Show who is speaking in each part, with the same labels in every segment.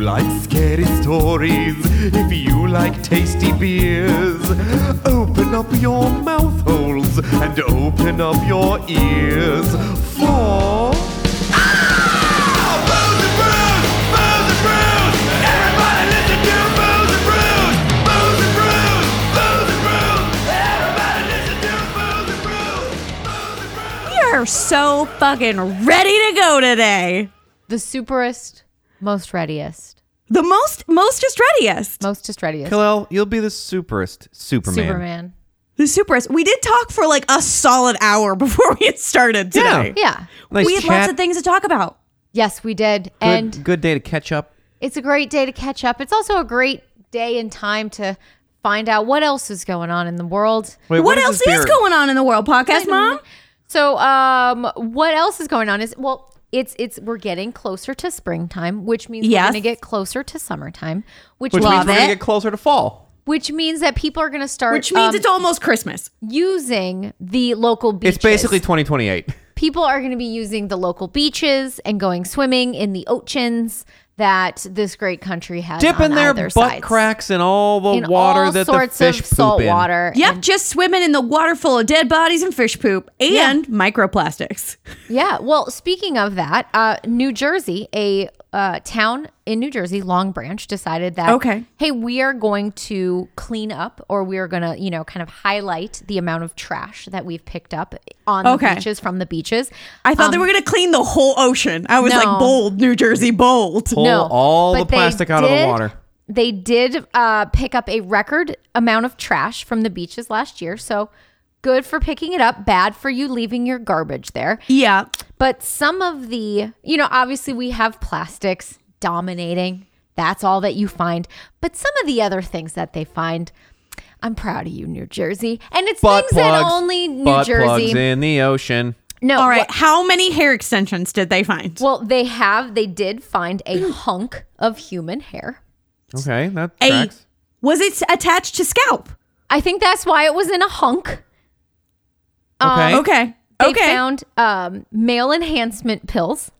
Speaker 1: like scary stories, if you like tasty beers, open up your mouth holes and open up your ears for.
Speaker 2: We are so fucking ready to go today.
Speaker 3: The superest, most readiest,
Speaker 2: The most, mostest, readiest.
Speaker 3: mostest readiest.
Speaker 1: Hillel, you'll be the superest Superman.
Speaker 3: Superman.
Speaker 2: The superest. We did talk for like a solid hour before we had started today.
Speaker 3: Yeah.
Speaker 1: Nice
Speaker 2: we had
Speaker 1: chat.
Speaker 2: lots of things to talk about.
Speaker 3: Yes, we did.
Speaker 1: Good,
Speaker 3: and
Speaker 1: good day to catch up.
Speaker 3: it's a great day to catch up. It's also a great day and time to find out what else is going on in the world.
Speaker 1: Wait,
Speaker 2: what
Speaker 1: is
Speaker 2: else
Speaker 1: this
Speaker 2: is
Speaker 1: beer?
Speaker 2: going on in the world, podcast mom?
Speaker 3: So, um, what else is going on? Is well, it's it's we're getting closer to springtime, which means
Speaker 2: Yes.
Speaker 3: we're going to get closer to summertime, which
Speaker 1: Which means
Speaker 2: Love
Speaker 1: we're
Speaker 2: it.
Speaker 1: gonna get closer to fall.
Speaker 3: which means that people are going to start
Speaker 2: Which means
Speaker 3: um,
Speaker 2: it's almost Christmas.
Speaker 3: using the local beaches.
Speaker 1: It's basically 2028.
Speaker 3: people are going to be using the local beaches and going swimming in the oceans that this great country has.
Speaker 1: Dipping
Speaker 3: on
Speaker 1: their
Speaker 3: either
Speaker 1: butt
Speaker 3: sides.
Speaker 1: cracks in all the
Speaker 3: in
Speaker 1: water
Speaker 3: all
Speaker 1: that
Speaker 3: sorts
Speaker 1: the fish
Speaker 3: of salt
Speaker 1: poop in.
Speaker 3: water.
Speaker 2: Yep,
Speaker 3: And-
Speaker 2: just swimming in the water full of dead bodies and fish poop and microplastics.
Speaker 3: yeah. Well, speaking of that, uh, New Jersey, a uh, town in New Jersey, Long Branch, decided that
Speaker 2: Okay.
Speaker 3: hey, we are going to clean up, or we are going to, you know, kind of highlight the amount of trash that we've picked up on
Speaker 2: Okay.
Speaker 3: the beaches from the beaches.
Speaker 2: I thought they were going to clean the whole ocean. I was
Speaker 3: Um, No.
Speaker 2: like, bold, New Jersey, bold.
Speaker 1: Pull
Speaker 3: No,
Speaker 1: all the
Speaker 3: but they
Speaker 1: plastic out of the
Speaker 3: did-
Speaker 1: water.
Speaker 3: They did uh, pick up a record amount of trash from the beaches last year. So good for picking it up, bad for you leaving your garbage there.
Speaker 2: Yeah.
Speaker 3: But some of the, you know, obviously we have plastics dominating. That's all that you find. But some of the other things that they find, I'm proud of you, New Jersey. And it's
Speaker 1: Butt
Speaker 3: things
Speaker 1: plugs,
Speaker 3: that only New
Speaker 1: butt plugs eh?
Speaker 3: Jersey.
Speaker 1: in the ocean.
Speaker 3: No,
Speaker 2: All right.
Speaker 3: wh-
Speaker 2: How many hair extensions did they find?
Speaker 3: Well, they have, they did find a hunk of human hair.
Speaker 1: Okay, that
Speaker 2: A-
Speaker 1: tracks.
Speaker 2: Was it attached to scalp?
Speaker 3: I think that's why it was in a hunk. Um,
Speaker 1: Okay.
Speaker 2: Okay.
Speaker 3: They
Speaker 2: okay.
Speaker 3: found um, male enhancement pills,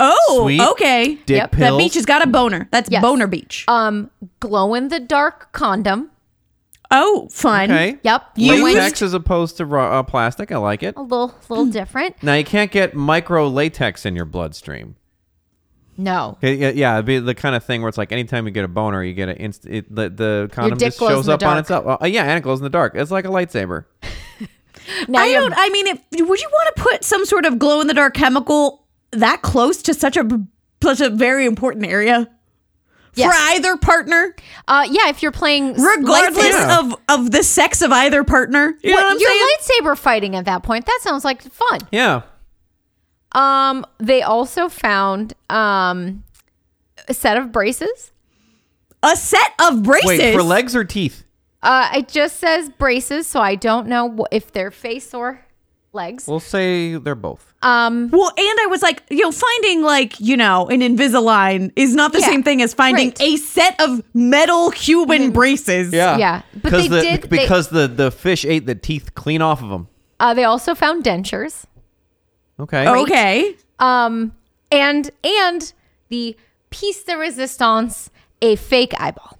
Speaker 2: oh,
Speaker 1: Sweet.
Speaker 2: okay.
Speaker 1: Dick
Speaker 3: Yep. That
Speaker 1: pills.
Speaker 2: That beach has got a boner. That's
Speaker 3: Yes.
Speaker 2: boner beach.
Speaker 3: um, glow in the dark condom.
Speaker 2: oh, fun.
Speaker 1: okay.
Speaker 3: Yep. Oh.
Speaker 2: You-
Speaker 3: When-
Speaker 1: Latex as opposed to raw, uh, plastic. I like it.
Speaker 3: a little, little
Speaker 2: Hmm.
Speaker 3: different.
Speaker 1: Now you can't get micro latex in your bloodstream.
Speaker 3: No.
Speaker 1: Okay, yeah, yeah, it'd be the kind of thing where it's like anytime you get a boner, you get an inst- it, the, the condom
Speaker 3: dick
Speaker 1: just
Speaker 3: glows
Speaker 1: shows
Speaker 3: in the
Speaker 1: up on
Speaker 3: dark.
Speaker 1: itself. Uh, yeah, and it glows in the dark. It's like a lightsaber.
Speaker 3: Now
Speaker 2: I
Speaker 3: you
Speaker 2: don't. I mean, if, would you want to put some sort of glow in the dark chemical that close to such a such a very important area
Speaker 3: Yes.
Speaker 2: for either partner,
Speaker 3: Uh, yeah, if you're playing, s-
Speaker 2: regardless
Speaker 3: lightsaber-
Speaker 1: Yeah.
Speaker 2: of of the sex of either partner? You know what I'm
Speaker 3: you're
Speaker 2: saying?
Speaker 3: lightsaber fighting at that point. That sounds like fun.
Speaker 1: Yeah.
Speaker 3: Um, they also found um a set of braces.
Speaker 2: a set of braces.
Speaker 1: Wait for legs or teeth?
Speaker 3: Uh, it just says braces, so I don't know wh- if they're face or legs.
Speaker 1: We'll say they're both.
Speaker 3: Um,
Speaker 2: Well, and I was like, you know, finding like, you know, an Invisalign is not the
Speaker 3: Yeah,
Speaker 2: same thing as finding
Speaker 3: right.
Speaker 2: a set of metal human braces.
Speaker 3: Yeah, but
Speaker 1: because
Speaker 3: they
Speaker 1: the,
Speaker 3: did- they-
Speaker 1: because the the fish ate the teeth clean off of them.
Speaker 3: uh, they also found dentures.
Speaker 1: Okay.
Speaker 3: Oh,
Speaker 2: Okay.
Speaker 3: Um, and and the piece de resistance, a fake eyeball.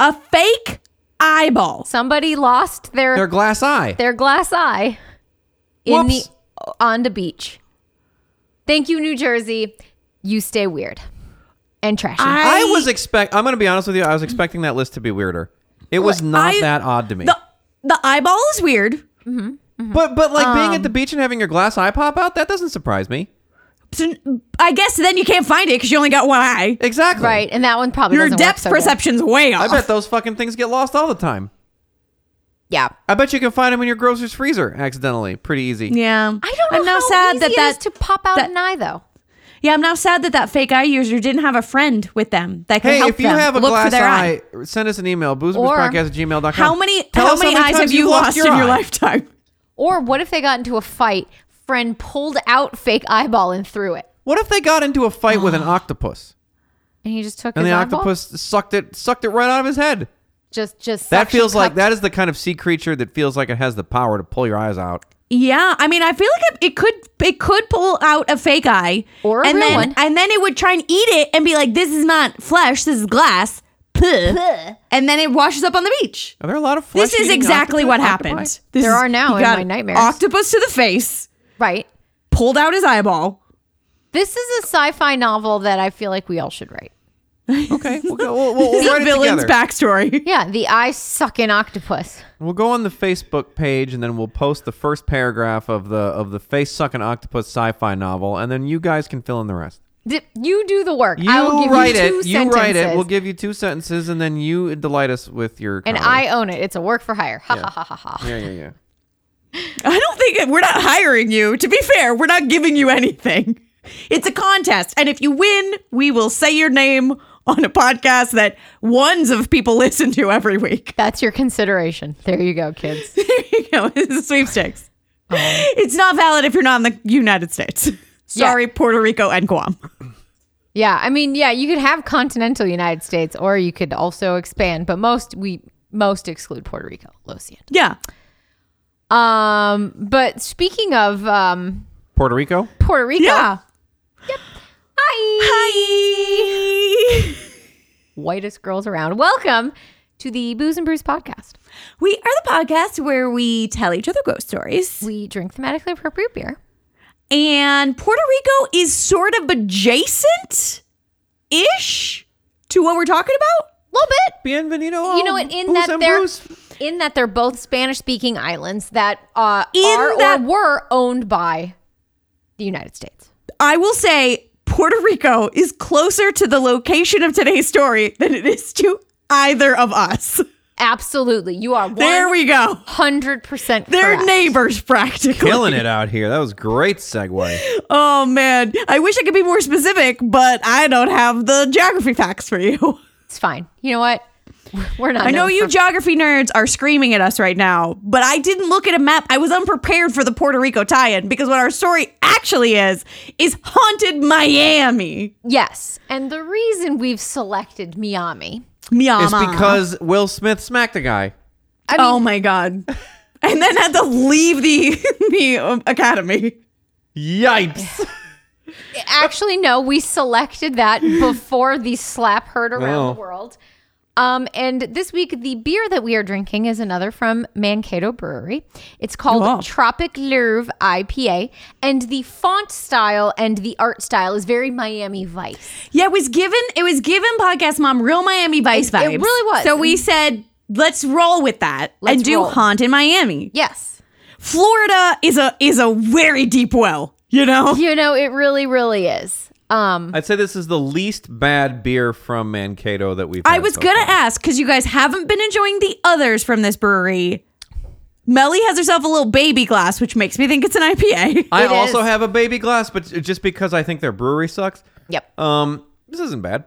Speaker 2: A fake eyeball.
Speaker 3: Somebody lost their
Speaker 1: They're
Speaker 3: their,
Speaker 1: glass eye.
Speaker 3: glass eye in
Speaker 1: Whoops.
Speaker 3: the on the beach. Thank you, New Jersey. You stay weird and trashy.
Speaker 1: I was expect. I'm going to be honest with you. I was expecting that list to be weirder. It was not
Speaker 2: I-
Speaker 1: that odd to me.
Speaker 2: The the eyeball is weird.
Speaker 1: but but like being
Speaker 2: Um.
Speaker 1: at the beach and having your glass eye pop out, that doesn't surprise me.
Speaker 2: So, I guess then you can't find it because you only got one eye.
Speaker 1: Exactly.
Speaker 3: right, and that one probably
Speaker 2: Your
Speaker 3: doesn't
Speaker 2: depth
Speaker 3: work so good.
Speaker 2: perception's way
Speaker 1: I
Speaker 2: off.
Speaker 1: bet those fucking things get lost all the time.
Speaker 3: Yeah,
Speaker 1: I bet you can find them in your grocer's freezer accidentally. Pretty easy.
Speaker 2: yeah.
Speaker 3: I don't know.
Speaker 2: I'm now
Speaker 3: how
Speaker 2: sad
Speaker 3: easy
Speaker 2: that
Speaker 3: it
Speaker 2: that
Speaker 3: is to pop out
Speaker 2: that-
Speaker 3: an eye though.
Speaker 2: yeah. I'm now sad that that fake eye user didn't have a friend with them that could
Speaker 1: Hey,
Speaker 2: help
Speaker 1: if you
Speaker 2: them
Speaker 1: have a
Speaker 2: look for
Speaker 1: glass
Speaker 2: their
Speaker 1: eye, send us an email,
Speaker 3: Or-
Speaker 1: boozerspodcast at gmail.com.
Speaker 2: How many
Speaker 1: Tell
Speaker 2: how
Speaker 1: us
Speaker 2: many, eyes
Speaker 1: times
Speaker 2: have
Speaker 1: you've
Speaker 2: you lost, in your
Speaker 1: eye.
Speaker 2: lifetime?
Speaker 3: Or what if they got into a fight? Friend pulled out fake eyeball and threw it,
Speaker 1: What if they got into a fight with an octopus
Speaker 3: and he just took
Speaker 1: and
Speaker 3: his
Speaker 1: the
Speaker 3: eyeball?
Speaker 1: octopus sucked it sucked it right out of his head?
Speaker 3: Just, just
Speaker 1: That
Speaker 3: suction
Speaker 1: feels like
Speaker 3: cupped
Speaker 1: that is the kind of sea creature that feels like it has the power to pull your eyes out.
Speaker 2: Yeah, I mean, I feel like it- it could it could pull out a fake eye
Speaker 3: Or a
Speaker 2: and
Speaker 3: real
Speaker 2: then
Speaker 3: one.
Speaker 2: and then it would try and eat it and be like, "This is not flesh. This is glass." Puh. And then it washes up on the beach.
Speaker 4: Are there a lot of
Speaker 2: This is
Speaker 4: flesh-eating
Speaker 2: exactly
Speaker 4: octopi-
Speaker 2: what
Speaker 4: octopi?
Speaker 2: happened. This
Speaker 3: There
Speaker 2: is-
Speaker 3: are now
Speaker 2: he
Speaker 3: in
Speaker 2: got
Speaker 3: my nightmares.
Speaker 2: Octopus to the face,
Speaker 3: Right.
Speaker 2: pulled out his eyeball.
Speaker 3: This is a sci-fi novel that I feel like we all should write.
Speaker 4: Okay, we'll go. We'll, we'll, we'll
Speaker 2: the
Speaker 4: write it
Speaker 2: villain's
Speaker 4: together.
Speaker 2: backstory.
Speaker 3: Yeah, the eye sucking octopus.
Speaker 4: We'll go on the Facebook page and then we'll post the first paragraph of the of the face sucking octopus sci-fi novel, and then you guys can fill in the rest.
Speaker 3: D- you do the work.
Speaker 4: You
Speaker 3: I will give
Speaker 4: write
Speaker 3: you two
Speaker 4: it.
Speaker 3: sentences.
Speaker 4: You write it. We'll give you two sentences, and then you delight us with your.
Speaker 3: and I
Speaker 4: comedy.
Speaker 3: own it. It's a work for hire. Ha ha ha ha ha.
Speaker 4: Yeah, yeah, yeah.
Speaker 2: I don't think it- we're not hiring you. To be fair, we're not giving you anything. It's a contest, and if you win, we will say your name on a podcast that ones of people listen to every week.
Speaker 3: That's your consideration. There you go, kids.
Speaker 2: there you go. It's a sweepstakes. It's not valid if you're not in the United States. Sorry, Puerto Rico and Guam.
Speaker 3: Yeah, I mean, yeah, you could have continental United States, or you could also expand, but most we most exclude Puerto Rico, Losian.
Speaker 2: Yeah.
Speaker 3: Um, but speaking of um
Speaker 4: Puerto Rico.
Speaker 3: Puerto Rico,
Speaker 2: Yeah.
Speaker 3: hi,
Speaker 2: Hi.
Speaker 3: whitest girls around. Welcome to the Booze and Brews podcast.
Speaker 2: We are the podcast where we tell each other ghost stories.
Speaker 3: We drink thematically appropriate beer.
Speaker 2: And Puerto Rico is sort of adjacent ish to what we're talking about.
Speaker 3: A little bit.
Speaker 4: Bienvenido.
Speaker 3: you know what? In that they're in that they're both Spanish speaking islands that uh,
Speaker 2: In
Speaker 3: are
Speaker 2: that-
Speaker 3: or were owned by the United States.
Speaker 2: I will say Puerto Rico is closer to the location of today's story than it is to either of us.
Speaker 3: Absolutely, you are
Speaker 2: There we go.
Speaker 3: hundred percent.
Speaker 2: They're
Speaker 3: correct.
Speaker 2: neighbors practically.
Speaker 4: killing it out here. That was great segue.
Speaker 2: Oh man, I wish I could be more specific, but I don't have the geography facts for you.
Speaker 3: It's fine. You know what? We're not.
Speaker 2: I know
Speaker 3: known
Speaker 2: you
Speaker 3: for-
Speaker 2: geography nerds are screaming at us right now, but I didn't look at a map. I was unprepared for the Puerto Rico tie-in because what our story actually is is haunted Miami.
Speaker 3: yes, and the reason we've selected Miami.
Speaker 2: Miami.
Speaker 4: It's because Will Smith smacked a guy.
Speaker 3: I mean,
Speaker 2: oh my god. And then had to leave the the um, academy.
Speaker 4: Yipes.
Speaker 3: actually, no. We selected that before the slap heard around
Speaker 4: Oh.
Speaker 3: the world. Um, and this week, the beer that we are drinking is another from Mankato Brewery. It's called
Speaker 2: Wow.
Speaker 3: Tropic Lerve IPA, and the font style and the art style is very Miami Vice.
Speaker 2: Yeah, it was given it was given podcast mom real Miami Vice
Speaker 3: It-
Speaker 2: vibes.
Speaker 3: it really was.
Speaker 2: So we said let's roll with that
Speaker 3: Let's
Speaker 2: and do
Speaker 3: roll.
Speaker 2: haunt in Miami.
Speaker 3: Yes,
Speaker 2: Florida is a is a very deep well, you know.
Speaker 3: you know it really, really is. Um,
Speaker 4: I'd say this is the least bad beer from Mankato that we've.
Speaker 2: I
Speaker 4: had
Speaker 2: was
Speaker 4: so
Speaker 2: gonna
Speaker 4: far.
Speaker 2: ask because you guys haven't been enjoying the others from this brewery. Melly has herself a little baby glass, which makes me think it's an IPA.
Speaker 4: I
Speaker 3: It
Speaker 4: also
Speaker 3: is.
Speaker 4: have a baby glass, but just because I think their brewery sucks.
Speaker 3: yep.
Speaker 4: Um, this isn't bad.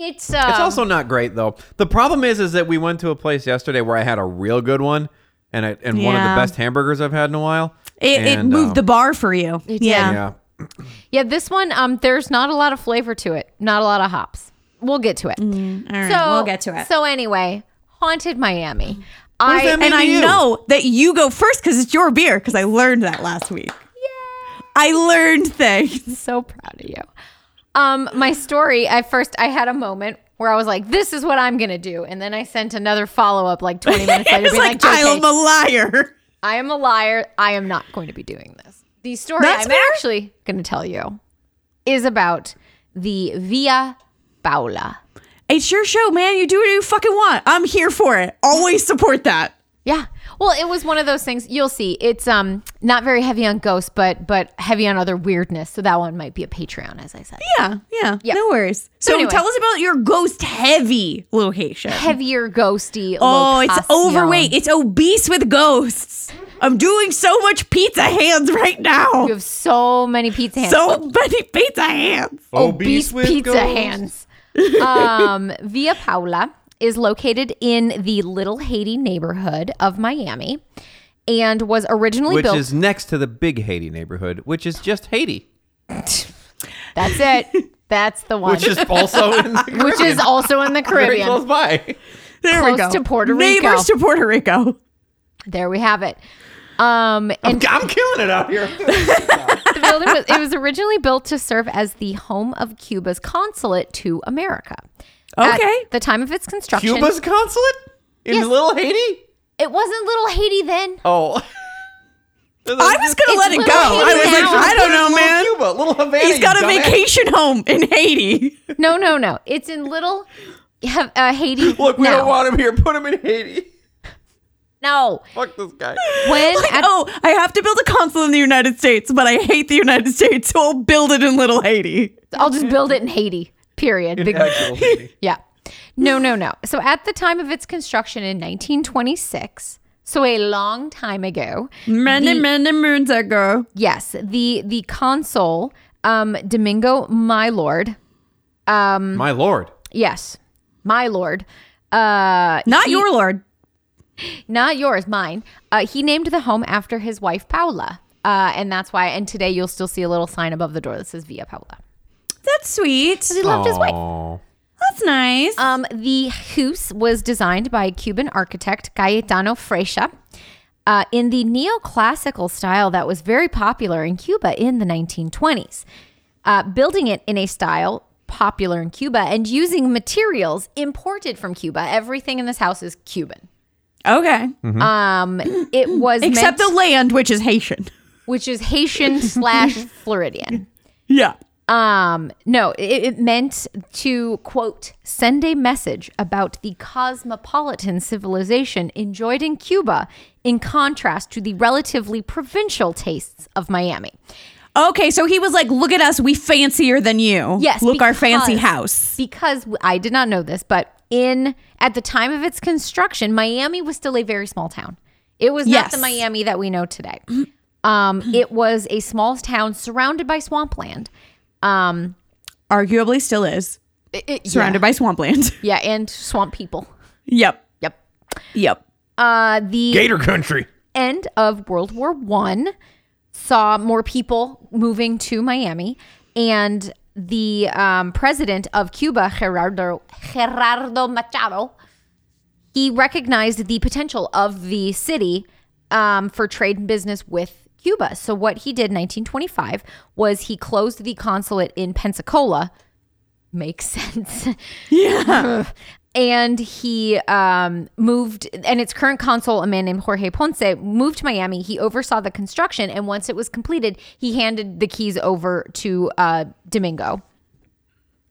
Speaker 3: It's um,
Speaker 4: It's also not great though. The problem is, is that we went to a place yesterday where I had a real good one, and I, and one of
Speaker 2: Yeah.
Speaker 4: the best hamburgers I've had in a while.
Speaker 2: It, it
Speaker 4: And,
Speaker 2: moved
Speaker 4: um,
Speaker 2: the bar for you.
Speaker 3: did.
Speaker 2: yeah.
Speaker 4: Yeah,
Speaker 3: yeah. This one, um, there's not a lot of flavor to it. Not a lot of hops. We'll get to it.
Speaker 2: All right,
Speaker 3: So
Speaker 2: we'll get to it.
Speaker 3: So anyway, haunted Miami.
Speaker 4: does that
Speaker 3: I
Speaker 4: mean?
Speaker 2: and I
Speaker 4: you.
Speaker 2: know that you go first because it's your beer. Because I learned that last week. I learned things.
Speaker 3: am so proud of you. Um, my story. At first, I had a moment where I was like, "This is what I'm gonna do," and then I sent another follow up like 20 minutes later,
Speaker 2: It's
Speaker 3: being like,
Speaker 2: like,
Speaker 3: "Joe
Speaker 2: I'm
Speaker 3: Cage,
Speaker 2: a liar.
Speaker 3: I am a liar. I am not going to be doing this." The story
Speaker 2: That's
Speaker 3: I'm
Speaker 2: fair.
Speaker 3: actually gonna tell you is about the Via Paula.
Speaker 2: It's your show, man. You do what you fucking want. I'm here for it. Always support that.
Speaker 3: Yeah. Well, it was one of those things. You'll see. It's um not very heavy on ghosts, but but heavy on other weirdness. So that one might be a Patreon, as I said.
Speaker 2: Yeah, yeah,
Speaker 3: Yep.
Speaker 2: no worries. So
Speaker 3: anyway.
Speaker 2: tell us about your ghost heavy location.
Speaker 3: Heavier ghosty.
Speaker 2: Oh, it's
Speaker 3: locación.
Speaker 2: overweight. It's obese with ghosts. I'm doing so much pizza hands right now.
Speaker 3: You have so many pizza hands.
Speaker 2: So many pizza hands.
Speaker 3: obese pizza hands. um, Via Paula is located in the Little Haiti neighborhood of Miami, and was originally
Speaker 4: which
Speaker 3: built.
Speaker 4: is next to the big Haiti neighborhood, which is just Haiti,
Speaker 3: that's it. That's the one.
Speaker 4: which is also in the
Speaker 3: Which is
Speaker 4: Caribbean,
Speaker 3: also in the
Speaker 4: very
Speaker 3: Caribbean.
Speaker 4: close by.
Speaker 2: There we
Speaker 3: Close
Speaker 2: go.
Speaker 3: to Puerto
Speaker 2: Neighbors
Speaker 3: Rico.
Speaker 2: to Puerto Rico.
Speaker 3: There we have it.
Speaker 4: I'm,
Speaker 3: Um, and
Speaker 4: I'm killing it out here.
Speaker 3: the building was, it was originally built to serve as the home of Cuba's consulate to America. At
Speaker 2: Okay.
Speaker 3: the time of its construction,
Speaker 4: Cuba's consulate in
Speaker 3: Yes.
Speaker 4: Little Haiti.
Speaker 3: it wasn't Little Haiti then.
Speaker 4: Oh,
Speaker 2: I was gonna
Speaker 3: It's
Speaker 2: let it go.
Speaker 3: little
Speaker 2: I was like,
Speaker 3: Haiti now.
Speaker 2: I don't know,
Speaker 4: Little
Speaker 2: man.
Speaker 4: Cuba, Little Havana.
Speaker 2: He's got
Speaker 4: you
Speaker 2: a
Speaker 4: dumbass.
Speaker 2: vacation home in Haiti.
Speaker 3: No, no, no. It's in Little Ha- uh, Haiti.
Speaker 4: Look, we
Speaker 3: now.
Speaker 4: don't want him here. Put him in Haiti.
Speaker 3: No.
Speaker 4: Fuck this guy.
Speaker 3: When
Speaker 2: Like,
Speaker 3: at-
Speaker 2: oh, I have to build a consul in the United States, but I hate the United States, so I'll build it in Little Haiti.
Speaker 3: I'll just build it in Haiti. Period. Big-
Speaker 4: Actual Haiti.
Speaker 3: yeah. No, no, no. So at the time of its construction in 1926, so a long time ago,
Speaker 2: Many, many moons ago.
Speaker 3: yes, the the consul um Domingo my lord, um
Speaker 4: My lord.
Speaker 3: yes, my lord, uh
Speaker 2: Not
Speaker 3: he-
Speaker 2: your lord.
Speaker 3: not yours, mine. Uh, he named the home after his wife Paula. Uh, and that's why, and today you'll still see a little sign above the door that says Via Paula.
Speaker 2: That's sweet.
Speaker 3: He loved his wife.
Speaker 4: Aw.
Speaker 2: That's nice.
Speaker 3: Um, the house was designed by Cuban architect Cayetano Freixa uh, in the neoclassical style that was very popular in Cuba in the 1920s, uh, building it in a style popular in Cuba and using materials imported from Cuba. Everything in this house is Cuban.
Speaker 2: okay.
Speaker 3: Um, it was
Speaker 2: Except
Speaker 3: meant,
Speaker 2: the land, which is Haitian.
Speaker 3: which is Haitian slash Floridian.
Speaker 2: Yeah.
Speaker 3: Um, no, it, it meant to quote send a message about the cosmopolitan civilization enjoyed in Cuba, in contrast to the relatively provincial tastes of Miami.
Speaker 2: Okay, so he was like, "Look at us, we fancier than you.
Speaker 3: Yes,
Speaker 2: look our fancy
Speaker 3: because-
Speaker 2: house."
Speaker 3: Because I did not know this, but in at the time of its construction, Miami was still a very small town. It was
Speaker 2: Yes.
Speaker 3: not the Miami that we know today. Um, it was a small town surrounded by swampland. Um,
Speaker 2: Arguably, still is
Speaker 3: it- it-
Speaker 2: surrounded by swampland.
Speaker 3: yeah, and swamp people.
Speaker 2: yep,
Speaker 3: Yep.
Speaker 2: yep.
Speaker 3: Uh, the
Speaker 4: Gator country.
Speaker 3: end of World War One saw more people moving to Miami, and the um, president of Cuba, Gerardo Gerardo Machado, he recognized the potential of the city um, for trade and business with Cuba. So what he did in 1925 was he closed the consulate in Pensacola. Makes sense. Yeah. and he um, moved, and its current consul, a man named Jorge Ponce, moved to Miami. He oversaw the construction, and once it was completed, he handed the keys over to uh, Domingo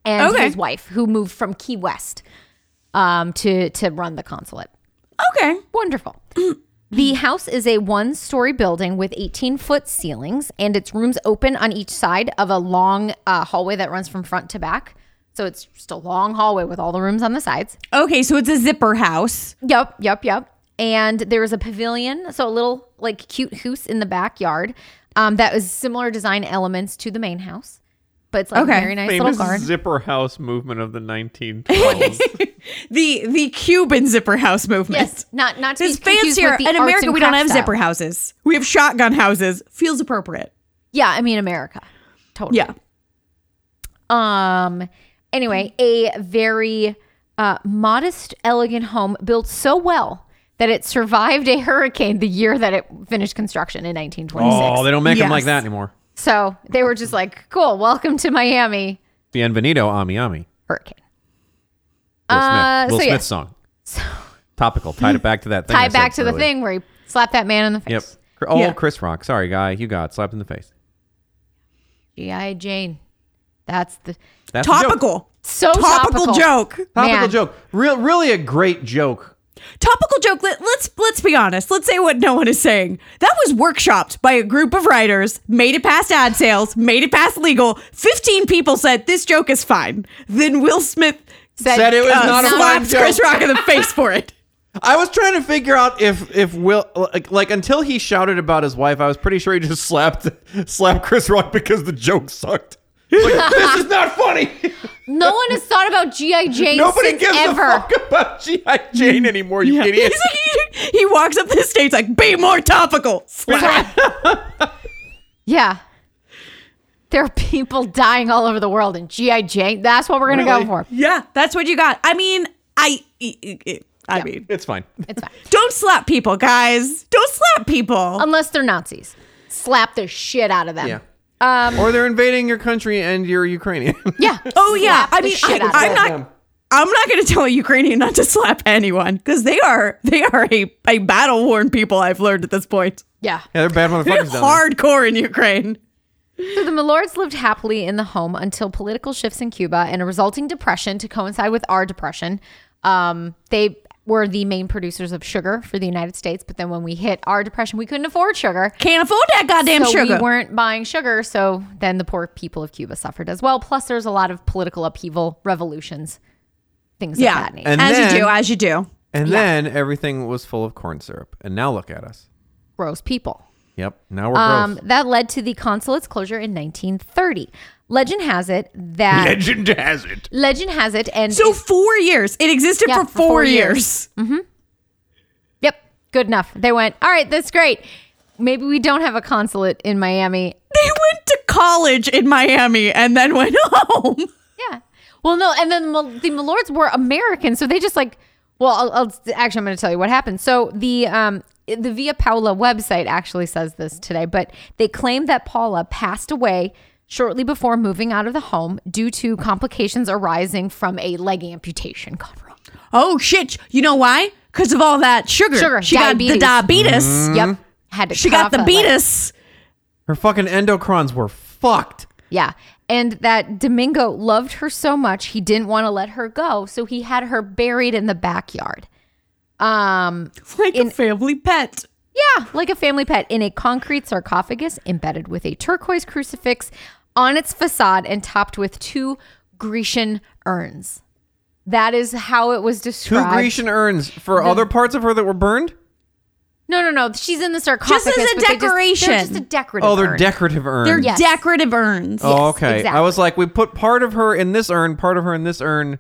Speaker 3: and
Speaker 2: Okay.
Speaker 3: his wife, who moved from Key West um, to to run the consulate.
Speaker 2: Okay,
Speaker 3: Wonderful. the house is a one story building with 18 foot ceilings, and its rooms open on each side of a long uh, hallway that runs from front to back. So it's just a long hallway with all the rooms on the sides.
Speaker 2: okay. So it's a zipper house.
Speaker 3: Yep, yep, yep. And there is a pavilion, so a little like cute house in the backyard um, that is similar design elements to the main house, but it's like
Speaker 2: Okay.
Speaker 3: a very nice
Speaker 4: Famous
Speaker 3: little garden.
Speaker 4: zipper house movement of the 1920s.
Speaker 2: The the Cuban zipper house movement.
Speaker 3: Yes, not not to be
Speaker 2: It's
Speaker 3: confused
Speaker 2: fancier.
Speaker 3: with the
Speaker 2: In
Speaker 3: arts
Speaker 2: America,
Speaker 3: and
Speaker 2: we don't
Speaker 3: crafts
Speaker 2: have
Speaker 3: style.
Speaker 2: zipper houses. We have shotgun houses. Feels appropriate.
Speaker 3: Yeah, I mean America. Totally.
Speaker 2: Yeah.
Speaker 3: Um anyway, a very uh, modest, elegant home built so well that it survived a hurricane the year that it finished construction in 1926.
Speaker 4: oh, they don't make them like
Speaker 2: Yes.
Speaker 4: that anymore.
Speaker 3: so they were just like, cool, welcome to Miami
Speaker 4: Bienvenido, Ami Ami.
Speaker 3: hurricane.
Speaker 4: Will Smith,
Speaker 3: Uh,
Speaker 4: Will
Speaker 3: so
Speaker 4: Smith
Speaker 3: yeah.
Speaker 4: song. Topical. Tied it back to that thing. I
Speaker 3: Tie
Speaker 4: said
Speaker 3: back to the
Speaker 4: earlier.
Speaker 3: thing where he slapped that man in the face.
Speaker 4: Yep. Cr- Oh,
Speaker 2: Yeah.
Speaker 4: Chris Rock. Sorry, guy. You got slapped in the face.
Speaker 3: G.I. Jane. That's the
Speaker 4: That's a joke.
Speaker 2: Topical.
Speaker 3: so
Speaker 2: Topical,
Speaker 3: topical,
Speaker 2: joke.
Speaker 4: Topical
Speaker 3: Man.
Speaker 4: joke. Real, really a great joke.
Speaker 2: Topical joke. Let, let's let's be honest. Let's say what no one is saying. That was workshopped by a group of writers. Made it past ad sales. Made it past legal. Fifteen people said this joke is fine. Then Will Smith
Speaker 3: Said-
Speaker 4: Said it was
Speaker 2: uh,
Speaker 4: not a fine
Speaker 2: slaps
Speaker 4: joke.
Speaker 2: Chris Rock in the face for it.
Speaker 4: I was trying to figure out if if Will like, like until he shouted about his wife, I was pretty sure he just slapped slapped Chris Rock because the joke sucked. He's like, this is not funny.
Speaker 3: No one has thought about G.I. Jane
Speaker 4: Nobody
Speaker 3: since
Speaker 4: gives
Speaker 3: ever.
Speaker 4: a fuck about GI Jane anymore. You
Speaker 2: Yeah.
Speaker 4: idiot.
Speaker 2: He's like, he, he walks up the stage like, be more topical. Slap.
Speaker 3: Yeah. There are people dying all over the world, and G.I. Jane, that's what we're going to
Speaker 4: Really?
Speaker 3: go for.
Speaker 2: yeah, that's what you got. I mean, I. I- I- I
Speaker 3: Yeah.
Speaker 2: mean,
Speaker 4: It's fine.
Speaker 3: It's fine.
Speaker 2: don't slap people, guys. Don't slap people.
Speaker 3: Unless they're Nazis. Slap the shit out of them.
Speaker 4: Yeah.
Speaker 3: Um,
Speaker 4: Or they're invading your country and you're Ukrainian.
Speaker 3: yeah.
Speaker 2: oh yeah,
Speaker 3: Slap
Speaker 2: I
Speaker 3: the
Speaker 2: mean,
Speaker 3: shit out of
Speaker 2: I, am
Speaker 3: them.
Speaker 2: not.
Speaker 4: them.
Speaker 2: I'm not going to tell a Ukrainian not to slap anyone because they are they are a, a battle worn people. I've learned at this point.
Speaker 3: Yeah.
Speaker 4: Yeah, they're bad
Speaker 2: They're
Speaker 4: motherfuckers. down there.
Speaker 2: hardcore in Ukraine.
Speaker 3: So the Millards lived happily in the home until political shifts in Cuba and a resulting depression to coincide with our depression. Um, they were the main producers of sugar for the United States, but then when we hit our depression, we couldn't afford sugar.
Speaker 2: Can't afford that goddamn
Speaker 3: so
Speaker 2: sugar.
Speaker 3: we weren't buying sugar, so then the poor people of Cuba suffered as well. Plus, there's a lot of political upheaval, revolutions, things
Speaker 2: yeah,
Speaker 3: of that nature.
Speaker 4: And
Speaker 2: as
Speaker 4: then-
Speaker 2: you do, as you do.
Speaker 4: And then everything was full of corn syrup. And now look at us.
Speaker 3: Gross people.
Speaker 4: Yep. Now we're
Speaker 3: Um,
Speaker 4: gross.
Speaker 3: that led to the consulate's closure in 1930. Legend has it that
Speaker 4: Legend has it.
Speaker 3: legend has it, and
Speaker 2: So four years. It existed
Speaker 3: Yeah,
Speaker 2: for four, years. Mm.
Speaker 3: Yep, good enough. They went, all right, that's great. Maybe we don't have a consulate in Miami.
Speaker 2: They went to college in Miami and then went home.
Speaker 3: Yeah. Well, no, and then Mal- the Malords were American, so they just like, well, I'll, I'll actually, I'm going to tell you what happened. So the um, the Via Paula website actually says this today, but they claim that Paula passed away shortly before moving out of the home due to complications arising from a leg amputation. Gone wrong.
Speaker 2: Oh shit! You know why? Because of all that sugar.
Speaker 3: Sugar,
Speaker 2: She got the diabetes.
Speaker 3: diabetes.
Speaker 4: Mm.
Speaker 3: Yep. Had to
Speaker 2: She
Speaker 3: cut off
Speaker 2: got the
Speaker 3: that leg.
Speaker 2: beatus.
Speaker 4: Her fucking endocrines were fucked.
Speaker 3: Yeah. And that Domingo loved her so much, he didn't want to let her go. So he had her buried in the backyard. Um,
Speaker 2: Like a family pet.
Speaker 3: yeah, like a family pet in a concrete sarcophagus embedded with a turquoise crucifix on its facade and topped with two Grecian urns. That is how it was
Speaker 4: Two
Speaker 3: described.
Speaker 4: Grecian urns for other parts of her that were burned?
Speaker 3: No, no, no. She's in the sarcophagus.
Speaker 2: a
Speaker 3: but they
Speaker 2: decoration.
Speaker 3: Just, they're just a decorative.
Speaker 4: Oh, they're
Speaker 3: urn.
Speaker 4: decorative urns.
Speaker 2: They're
Speaker 3: Yes.
Speaker 2: decorative urns.
Speaker 4: Oh,
Speaker 3: Yes,
Speaker 4: okay. I
Speaker 3: exactly.
Speaker 4: was like, we put part of her in this urn, part of her in this urn,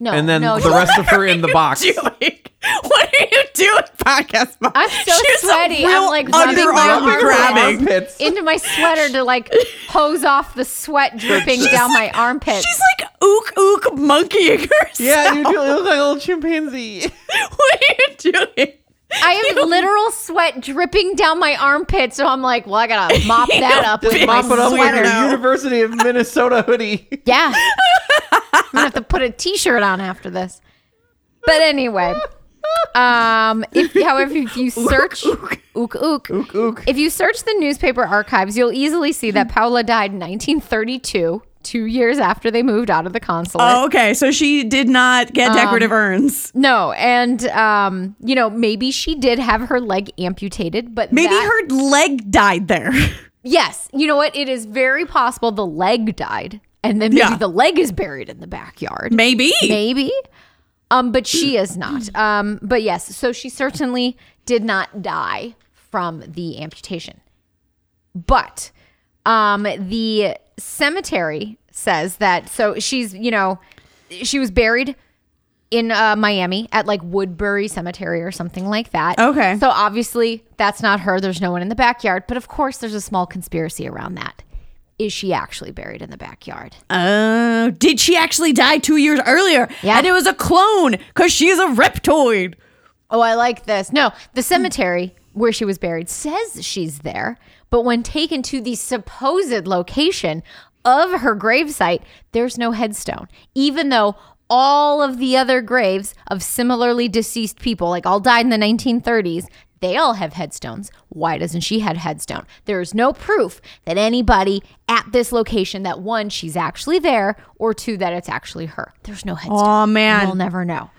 Speaker 3: No,
Speaker 4: and then
Speaker 3: no,
Speaker 4: the
Speaker 3: no.
Speaker 4: rest of her in the box.
Speaker 2: doing? What are you doing, podcast? Mom?
Speaker 3: I'm so
Speaker 2: She's a
Speaker 3: sweaty.
Speaker 2: real
Speaker 3: I'm like rubbing my
Speaker 2: underarm
Speaker 3: armpits.
Speaker 2: grabbing.
Speaker 4: Armpits.
Speaker 3: into my sweater to like hose off the sweat dripping down my armpit.
Speaker 2: She's like ook ook monkeying herself.
Speaker 4: Yeah, you do you look like a little chimpanzee.
Speaker 2: What are you doing?
Speaker 3: I have literal sweat dripping down my armpit, so I'm like, well, I gotta mop that up with my
Speaker 4: Mop it up with
Speaker 3: sweater.
Speaker 4: your
Speaker 2: Weirdo.
Speaker 4: University of Minnesota hoodie.
Speaker 3: Yeah, I'm gonna have to put a t-shirt on after this. But anyway, um, if however if you search ook ook,
Speaker 4: Ook, ook.
Speaker 3: if you search the newspaper archives, you'll easily see that Paula died in 1932, two years after they moved out of the consulate.
Speaker 2: Oh, okay. So she did not
Speaker 3: Um,
Speaker 2: get decorative urns.
Speaker 3: No, and um, you know, maybe she did have her leg amputated, but
Speaker 2: Maybe
Speaker 3: that-
Speaker 2: her leg died there.
Speaker 3: yes, you know what? It is very possible the leg died, and then maybe
Speaker 2: Yeah.
Speaker 3: the leg is buried in the backyard.
Speaker 2: Maybe.
Speaker 3: Maybe, um, but she is not. Um, but yes, so she certainly did not die from the amputation. But um, the cemetery says that so she's you know she was buried in uh, Miami at like Woodbury Cemetery or something like that.
Speaker 2: Okay.
Speaker 3: So obviously that's not her. There's no one in the backyard. But of course, there's a small conspiracy around that. Is she actually buried in the backyard?
Speaker 2: Oh, did she actually die two years earlier?
Speaker 3: Yeah.
Speaker 2: And it was a clone because she is a reptoid.
Speaker 3: Oh, I like this. No, the cemetery where she was buried says she's there, but when taken to the supposed location of her gravesite, there's no headstone, even though all of the other graves of similarly deceased people, like all died in the 1930s, they all have headstones. Why doesn't she have headstone? There is no proof that anybody at this location that one, she's actually there, or two, that it's actually her. There's no headstone.
Speaker 2: Oh
Speaker 3: We'll
Speaker 2: man.
Speaker 3: never know.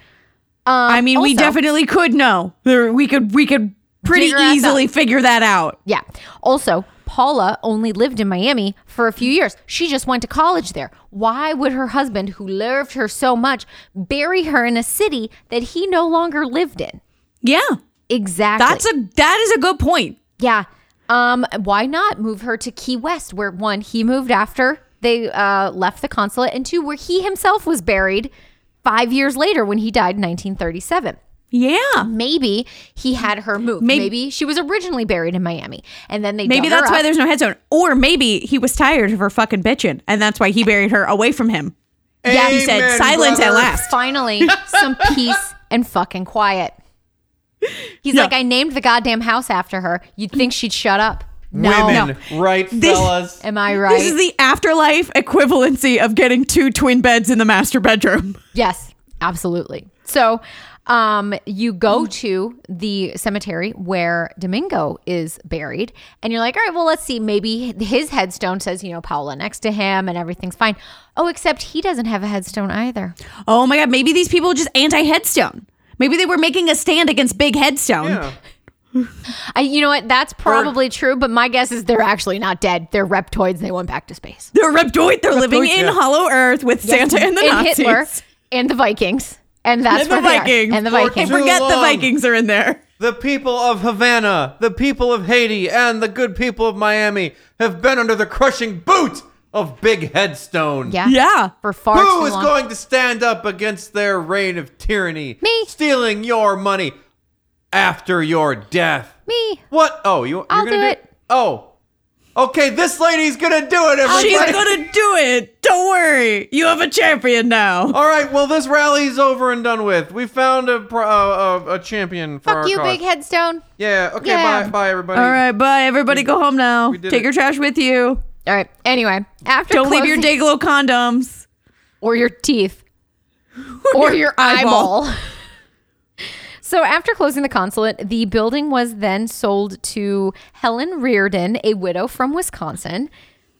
Speaker 2: I mean, we
Speaker 3: also-
Speaker 2: definitely could know. There, we could we could pretty
Speaker 3: Figure us
Speaker 2: easily figure that out.
Speaker 3: Yeah. Also, Paula only lived in Miami for a few years. She just went to college there. Why would her husband, who loved her so much, bury her in a city that he no longer lived in?
Speaker 2: Yeah.
Speaker 3: Exactly.
Speaker 2: That's a that is a good point.
Speaker 3: yeah. Um, why not move her to Key West, where one, he moved after they uh, left the consulate, and two, where he himself was buried five years later when he died in 1937.
Speaker 2: Yeah.
Speaker 3: Maybe he had her move. Maybe,
Speaker 2: Maybe-
Speaker 3: she was originally buried in Miami, and then they
Speaker 2: Maybe
Speaker 3: dug her
Speaker 2: that's why
Speaker 3: up.
Speaker 2: there's no headstone. Or maybe he was tired of her fucking bitching and that's why he buried her away from him.
Speaker 4: Yeah,
Speaker 2: he said silence at last.
Speaker 3: Finally, some peace and fucking quiet. He's
Speaker 2: Yeah.
Speaker 3: like, I named the goddamn house after her. You'd think she'd shut up. No.
Speaker 1: Women,
Speaker 3: No.
Speaker 1: right,
Speaker 2: This-
Speaker 1: fellas?
Speaker 3: Am I right?
Speaker 2: This is the afterlife equivalency of getting two twin beds in the master bedroom.
Speaker 3: Yes, absolutely. So um, you go to the cemetery where Domingo is buried, and you're like, all right, well, let's see. Maybe his headstone says, you know, Paula next to him, and everything's fine. Oh, except he doesn't have a headstone either.
Speaker 2: Oh my God, maybe these people are just anti headstone. Maybe they were making a stand against big headstone.
Speaker 4: Yeah.
Speaker 3: I, you know what? That's probably true, but my guess is they're actually not dead. They're reptoids. And they went back to space.
Speaker 2: They're reptoid. They're living in
Speaker 1: yeah.
Speaker 2: Hollow Earth with Santa and the Nazis.
Speaker 3: Hitler and the Vikings. And that's
Speaker 2: And the
Speaker 3: where they are.
Speaker 2: Vikings.
Speaker 3: And the
Speaker 1: Fortune.
Speaker 2: I
Speaker 3: Vikings.
Speaker 2: forget the
Speaker 1: long.
Speaker 2: Vikings are in there.
Speaker 1: The people of Havana, the people of Haiti, and the good people of Miami have been under the crushing boot of Big Headstone.
Speaker 3: Yeah.
Speaker 2: Yeah.
Speaker 3: For far
Speaker 1: Who
Speaker 3: too
Speaker 1: is
Speaker 3: long.
Speaker 1: going to stand up against their reign of tyranny?
Speaker 3: Me.
Speaker 1: Stealing your money after your death.
Speaker 3: Me.
Speaker 1: What? Oh, you, you're
Speaker 3: I'll
Speaker 1: gonna
Speaker 3: do
Speaker 1: do
Speaker 3: it.
Speaker 1: Oh. Okay, this lady's gonna do it, everybody.
Speaker 2: She's going to do it. Don't worry. You have a champion now.
Speaker 1: All right, well, this rally's over and done with. We found a pro- uh, a, a champion for
Speaker 3: Fuck
Speaker 1: our
Speaker 3: you,
Speaker 1: cause.
Speaker 3: big headstone.
Speaker 1: Yeah. Okay.
Speaker 3: Yeah.
Speaker 1: Bye, bye, everybody.
Speaker 2: All right. Bye. Everybody go home now.
Speaker 1: did
Speaker 2: Take
Speaker 1: it.
Speaker 2: your trash with you.
Speaker 3: All right. Anyway, after
Speaker 2: Don't leave your
Speaker 3: closing-
Speaker 2: Dayglow condoms.
Speaker 3: or your teeth or your eyeball. so after closing the consulate, the building was then sold to Helen Reardon, a widow from Wisconsin.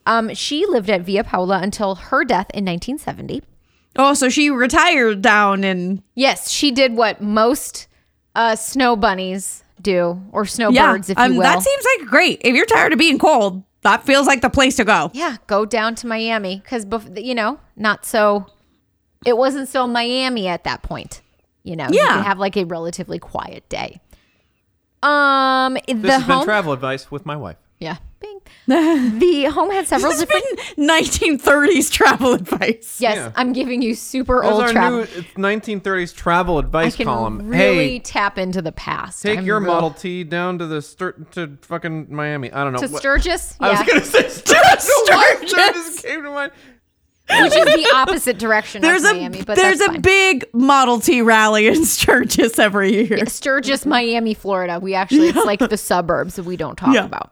Speaker 3: Um, she lived at Via Paola until her death in 1970.
Speaker 2: Oh, so she retired down in
Speaker 3: Yes, she did what most uh, snow bunnies do, or snow birds, if you
Speaker 2: um,
Speaker 3: will.
Speaker 2: That seems like great. If you're tired of being cold, that feels like the place to go.
Speaker 3: yeah, go down to Miami because, bef- you know, not so, it wasn't so Miami at that point. You know, you
Speaker 2: Yeah.
Speaker 3: could have like a relatively quiet day. Um,
Speaker 1: This
Speaker 3: the
Speaker 1: has been
Speaker 3: home,
Speaker 1: travel advice with my wife.
Speaker 3: yeah, bing. the home had several
Speaker 2: It's
Speaker 3: different.
Speaker 2: been 1930s travel advice.
Speaker 3: Yes,
Speaker 1: Yeah.
Speaker 3: I'm giving you super
Speaker 1: That's
Speaker 3: old
Speaker 1: our
Speaker 3: travel.
Speaker 1: new it's 1930s travel
Speaker 3: I
Speaker 1: advice
Speaker 3: can
Speaker 1: column.
Speaker 3: really
Speaker 1: hey,
Speaker 3: tap into the past.
Speaker 1: take
Speaker 3: I'm
Speaker 1: your
Speaker 3: real-
Speaker 1: Model T down to the Stur- to fucking Miami. I don't know.
Speaker 3: to
Speaker 1: what-
Speaker 3: Sturgis.
Speaker 1: I was
Speaker 3: Yeah,
Speaker 1: gonna say Sturgis. Sturgis. That just came to mind.
Speaker 3: which is the opposite direction
Speaker 2: There's
Speaker 3: of
Speaker 2: a
Speaker 3: Miami. But
Speaker 2: there's a
Speaker 3: that's fine.
Speaker 2: big Model T rally in Sturgis every year.
Speaker 3: Sturgis, Miami, Florida. We actually, it's like the suburbs that we don't talk
Speaker 2: Yeah.
Speaker 3: about.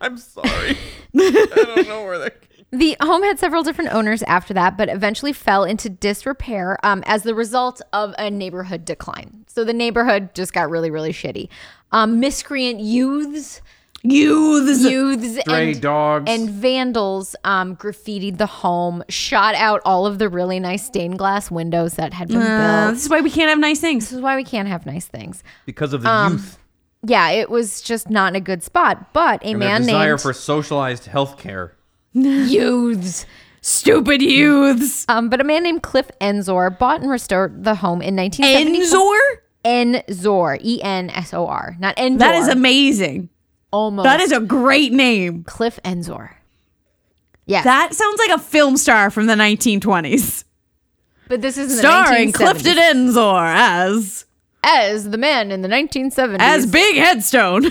Speaker 1: I'm sorry. I don't know where that.
Speaker 3: The home had several different owners after that, but eventually fell into disrepair um, as the result of a neighborhood decline. So the neighborhood just got really, really shitty. Um, miscreant youths,
Speaker 2: Youths.
Speaker 3: youths,
Speaker 1: Stray
Speaker 3: and,
Speaker 1: dogs.
Speaker 3: and vandals um, graffitied the home, shot out all of the really nice stained glass windows that had been
Speaker 2: Uh,
Speaker 3: built.
Speaker 2: this is why we can't have nice things.
Speaker 3: This is why we can't have nice things.
Speaker 1: Because of the
Speaker 3: um,
Speaker 1: youth
Speaker 3: Yeah, it was just not in a good spot. But a
Speaker 1: and their
Speaker 3: man
Speaker 1: desire
Speaker 3: named
Speaker 1: for socialized health care.
Speaker 3: youths.
Speaker 2: Stupid youths.
Speaker 3: Um, but a man named Cliff Enzor bought and restored the home in 1974.
Speaker 2: Enzor?
Speaker 3: Enzor, E N S O R, not Enzor.
Speaker 2: That is amazing.
Speaker 3: almost
Speaker 2: That is a great name.
Speaker 3: Cliff Enzor. Yes,
Speaker 2: That sounds like a film star from the 1920s.
Speaker 3: but this isn't
Speaker 2: Starring
Speaker 3: the 1970s.
Speaker 2: Clifton Enzor as
Speaker 3: as the man in the 1970s.
Speaker 2: as Big Headstone.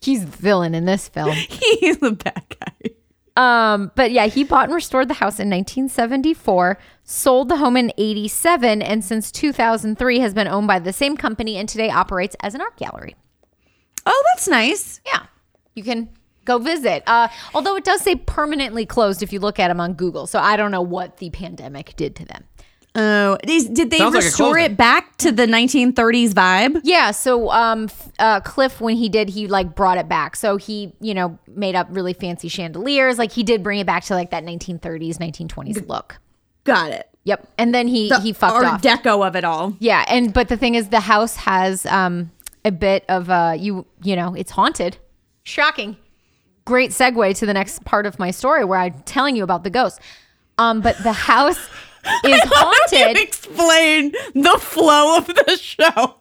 Speaker 3: he's the villain in this film.
Speaker 2: He's the bad guy.
Speaker 3: Um, but yeah, he bought and restored the house in 1974, sold the home in 87, and since 2003 has been owned by the same company and today operates as an art gallery.
Speaker 2: Oh, that's nice.
Speaker 3: Yeah, you can go visit. Uh, although it does say permanently closed if you look at them on Google. So I don't know what the pandemic did to them.
Speaker 2: Oh, is- did they
Speaker 1: Sounds like a
Speaker 2: restore
Speaker 1: clothing.
Speaker 2: it back to the 1930s vibe?
Speaker 3: Yeah, so um, f- uh, Cliff, when he did, he like brought it back. So he, you know, made up really fancy chandeliers. Like he did bring it back to like that 1930s, 1920s look.
Speaker 2: Got it.
Speaker 3: Yep. And then he he fucked
Speaker 2: Art
Speaker 3: off.
Speaker 2: Deco of it all.
Speaker 3: yeah, and but the thing is, the house has um a bit of uh you you know it's haunted. Shocking. great segue to the next part of my story where I'm telling you about the ghost. Um, but the house is haunted.
Speaker 2: Explain the flow of the show.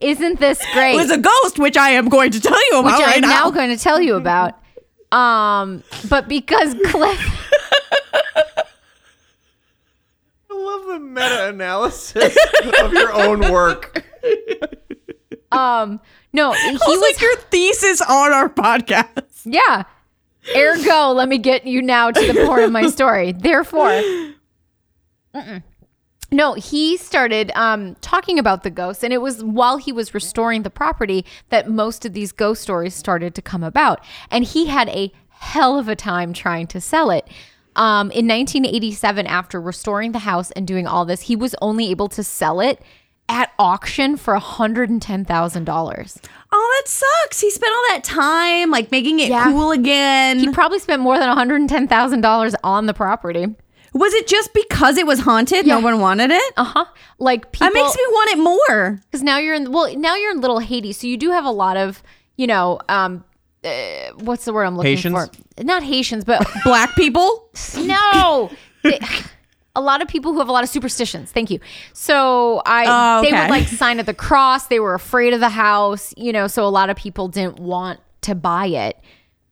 Speaker 3: Isn't this great?
Speaker 2: It was a ghost, which I am going to tell you
Speaker 3: which
Speaker 2: about right
Speaker 3: I'm now,
Speaker 2: now.
Speaker 3: going to tell you about. Um, but because Cliff,
Speaker 1: I love the meta analysis of your own work.
Speaker 3: um, no, he
Speaker 2: It was
Speaker 3: was,
Speaker 2: like your thesis on our podcast.
Speaker 3: yeah. Ergo, let me get you now to the point of my story. Therefore, Mm-mm. No, he started um, talking about the ghosts, and it was while he was restoring the property that most of these ghost stories started to come about. And he had a hell of a time trying to sell it. Um, in 1987, after restoring the house and doing all this, he was only able to sell it at auction for $110,000.
Speaker 2: Oh, that sucks. He spent all that time like making it
Speaker 3: Yeah.
Speaker 2: cool again.
Speaker 3: He probably spent more than $110,000 on the property.
Speaker 2: was it just because it was haunted? No
Speaker 3: Yeah.
Speaker 2: one wanted it?
Speaker 3: Uh huh. Like people.
Speaker 2: that makes me want it more.
Speaker 3: because now you're in well now you're in little haiti so you do have a lot of you know um uh, what's the word i'm looking
Speaker 1: Haitians?
Speaker 3: for not haitians but
Speaker 2: Black people?
Speaker 3: no They- a lot of people who have a lot of superstitions thank you so i
Speaker 2: Oh,
Speaker 3: they
Speaker 2: okay.
Speaker 3: would like sign at the cross they were afraid of the house you know so a lot of people didn't want to buy it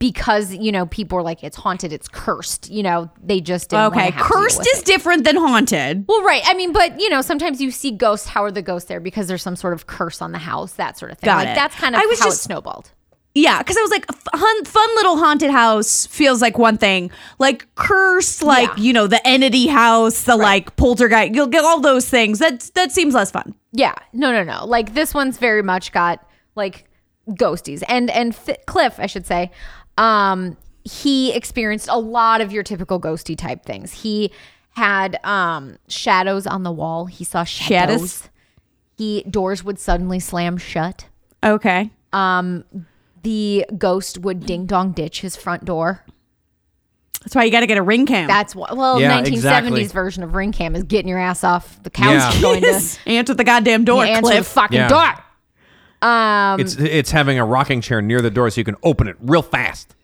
Speaker 3: because you know people were like it's haunted it's cursed you know they just didn't wanna
Speaker 2: Okay.
Speaker 3: have to deal
Speaker 2: Cursed
Speaker 3: with
Speaker 2: is different than haunted.
Speaker 3: well, right. I mean, but you know, sometimes you see ghosts. How are the ghosts there? Because there's some sort of curse on the house, that sort of thing.
Speaker 2: Got
Speaker 3: like
Speaker 2: it.
Speaker 3: that's kind of
Speaker 2: I was
Speaker 3: how
Speaker 2: just-
Speaker 3: it snowballed.
Speaker 2: Yeah, because I was like, f- hun- fun little haunted house feels like one thing. Like cursed, like
Speaker 3: Yeah.
Speaker 2: you know, the entity house, the like poltergeist. You'll get all those things. That that seems less fun.
Speaker 3: Yeah. No, no, no. Like this one's very much got like ghosties. And and F- Cliff, I should say, um, he experienced a lot of your typical ghosty type things. He had um shadows on the wall. He saw shadows.
Speaker 2: Shadows?
Speaker 3: He doors would suddenly slam shut.
Speaker 2: Okay.
Speaker 3: The ghost would ding dong ditch his front door.
Speaker 2: That's why you got to get a ring cam.
Speaker 3: That's what. Well,
Speaker 1: Yeah,
Speaker 3: 1970s
Speaker 1: exactly.
Speaker 3: version of ring cam is getting your ass off the couch,
Speaker 1: Yeah.
Speaker 3: going
Speaker 2: Yes. Answer the goddamn
Speaker 3: to
Speaker 2: door,
Speaker 3: answer the
Speaker 2: Cliff.
Speaker 3: fucking
Speaker 1: Yeah.
Speaker 3: door. Um,
Speaker 1: It's it's having a rocking chair near the door so you can open it real fast.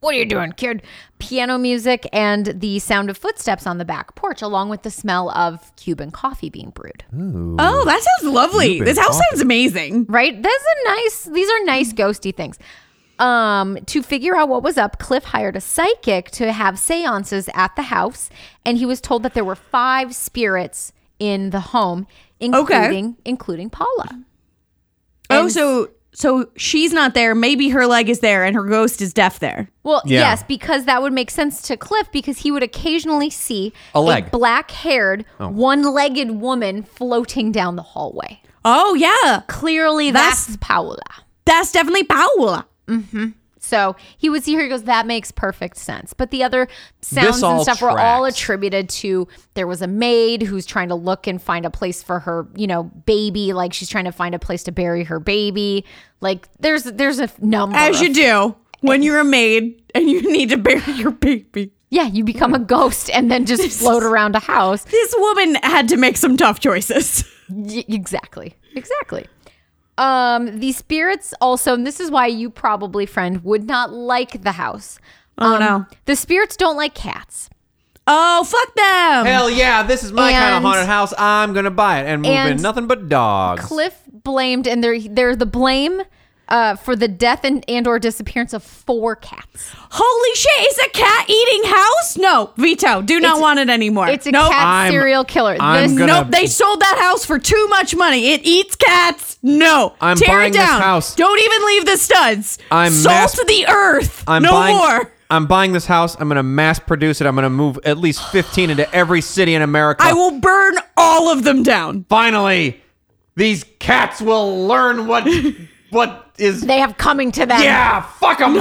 Speaker 3: what are you doing, kid? Piano music and the sound of footsteps on the back porch, along with the smell of Cuban coffee being brewed.
Speaker 1: Hmm.
Speaker 2: Oh, that sounds lovely.
Speaker 1: You've been
Speaker 2: This house
Speaker 1: talking.
Speaker 2: sounds amazing.
Speaker 3: Right? That's a nice. These are nice ghosty things. Um, to figure out what was up, Cliff hired a psychic to have seances at the house, and he was told that there were five spirits in the home, including including Paula.
Speaker 2: oh, so so she's not there. Maybe her leg is there, and her ghost is deaf there.
Speaker 3: Well,
Speaker 1: Yeah.
Speaker 3: yes, because that would make sense to Cliff because he would occasionally see
Speaker 1: A leg. Oh.
Speaker 3: black haired, one legged woman floating down the hallway.
Speaker 2: Oh yeah,
Speaker 3: Clearly,
Speaker 2: That's-
Speaker 3: that's, Paola.
Speaker 2: that's definitely Paola.
Speaker 3: So he would see her, he goes, that makes perfect sense. But the other sounds and
Speaker 1: all
Speaker 3: stuff were all
Speaker 1: tracks.
Speaker 3: attributed to there was a maid who's trying to look and find a place for her, you know, baby. Like she's trying to find a place to bury her baby. Like there's there's a number.
Speaker 2: As
Speaker 3: of-
Speaker 2: you do when you're a maid and you need to bury your baby.
Speaker 3: yeah, you become a ghost and then just float around a house.
Speaker 2: This woman had to make some tough choices.
Speaker 3: Y- exactly. Exactly. Um, the spirits also, and this is why you probably, friend, would not like the house.
Speaker 2: Oh
Speaker 3: Um,
Speaker 2: no.
Speaker 3: The spirits don't like cats.
Speaker 2: Oh fuck them.
Speaker 1: Hell yeah, this is my kind of
Speaker 3: And-
Speaker 1: haunted house. I'm gonna buy it and move in
Speaker 3: and
Speaker 1: nothing but dogs.
Speaker 3: Cliff blamed, and they're they're the blame uh, for the death and and or disappearance of four cats.
Speaker 2: Holy shit, it's a cat eating house? No, veto. Do not
Speaker 3: It's-
Speaker 2: want it anymore.
Speaker 3: It's a
Speaker 2: nope.
Speaker 3: cat
Speaker 1: I'm-
Speaker 3: serial killer.
Speaker 1: I'm
Speaker 3: this
Speaker 1: gonna-
Speaker 2: Nope, they sold that house for too much money. It eats cats. No,
Speaker 1: I'm
Speaker 2: tear
Speaker 1: buying
Speaker 2: it
Speaker 1: this
Speaker 2: down.
Speaker 1: house.
Speaker 2: Don't even leave the studs.
Speaker 1: I'm
Speaker 2: salt
Speaker 1: mass-
Speaker 2: to the earth.
Speaker 1: I'm
Speaker 2: no
Speaker 1: buying,
Speaker 2: more.
Speaker 1: I'm buying this house. I'm gonna mass produce it. I'm gonna move at least 15 into every city in America.
Speaker 2: I will burn all of them down.
Speaker 1: Finally, these cats will learn what what is.
Speaker 3: they have coming to them.
Speaker 1: yeah, fuck them.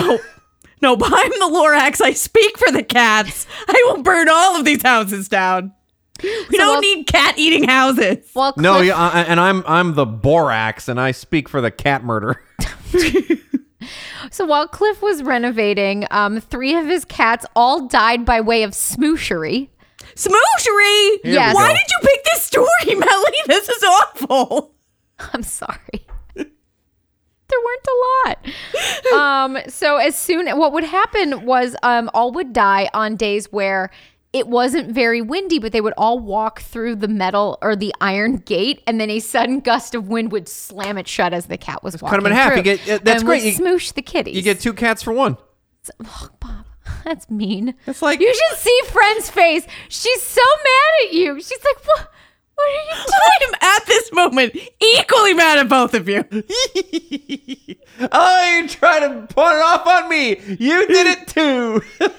Speaker 2: No, behind the Lorax, I speak for the cats. I will burn all of these houses down. We don't
Speaker 3: I'll-
Speaker 2: need cat eating houses.
Speaker 3: Well, Cliff,
Speaker 1: No, yeah, I- I- and I'm I'm the borax, and I speak for the cat murder.
Speaker 3: So while Cliff was renovating, um, three of his cats all died by way of smooshery.
Speaker 2: Smooshery!
Speaker 1: we Yes.
Speaker 2: Why
Speaker 1: go.
Speaker 2: did you pick this story, Melly? This is awful.
Speaker 3: I'm sorry. there weren't a lot. Um, so as soon what would happen was um, all would die on days where it wasn't very windy, but they would all walk through the metal or the iron gate, and then a sudden gust of wind would slam it shut as the cat was walking.
Speaker 1: cut 'em in half.
Speaker 3: Through.
Speaker 1: You get- uh, that's
Speaker 3: and
Speaker 1: great.
Speaker 3: Would
Speaker 1: You-
Speaker 3: smoosh the kitties.
Speaker 1: You get two cats for one.
Speaker 3: oh, Bob. That's mean.
Speaker 1: It's like-
Speaker 3: you should see Friend's face. She's so mad at you. She's like, "What? What are you doing?"
Speaker 2: I am at this moment equally mad at both of you.
Speaker 1: Oh, you try to put it off on me. You did it too.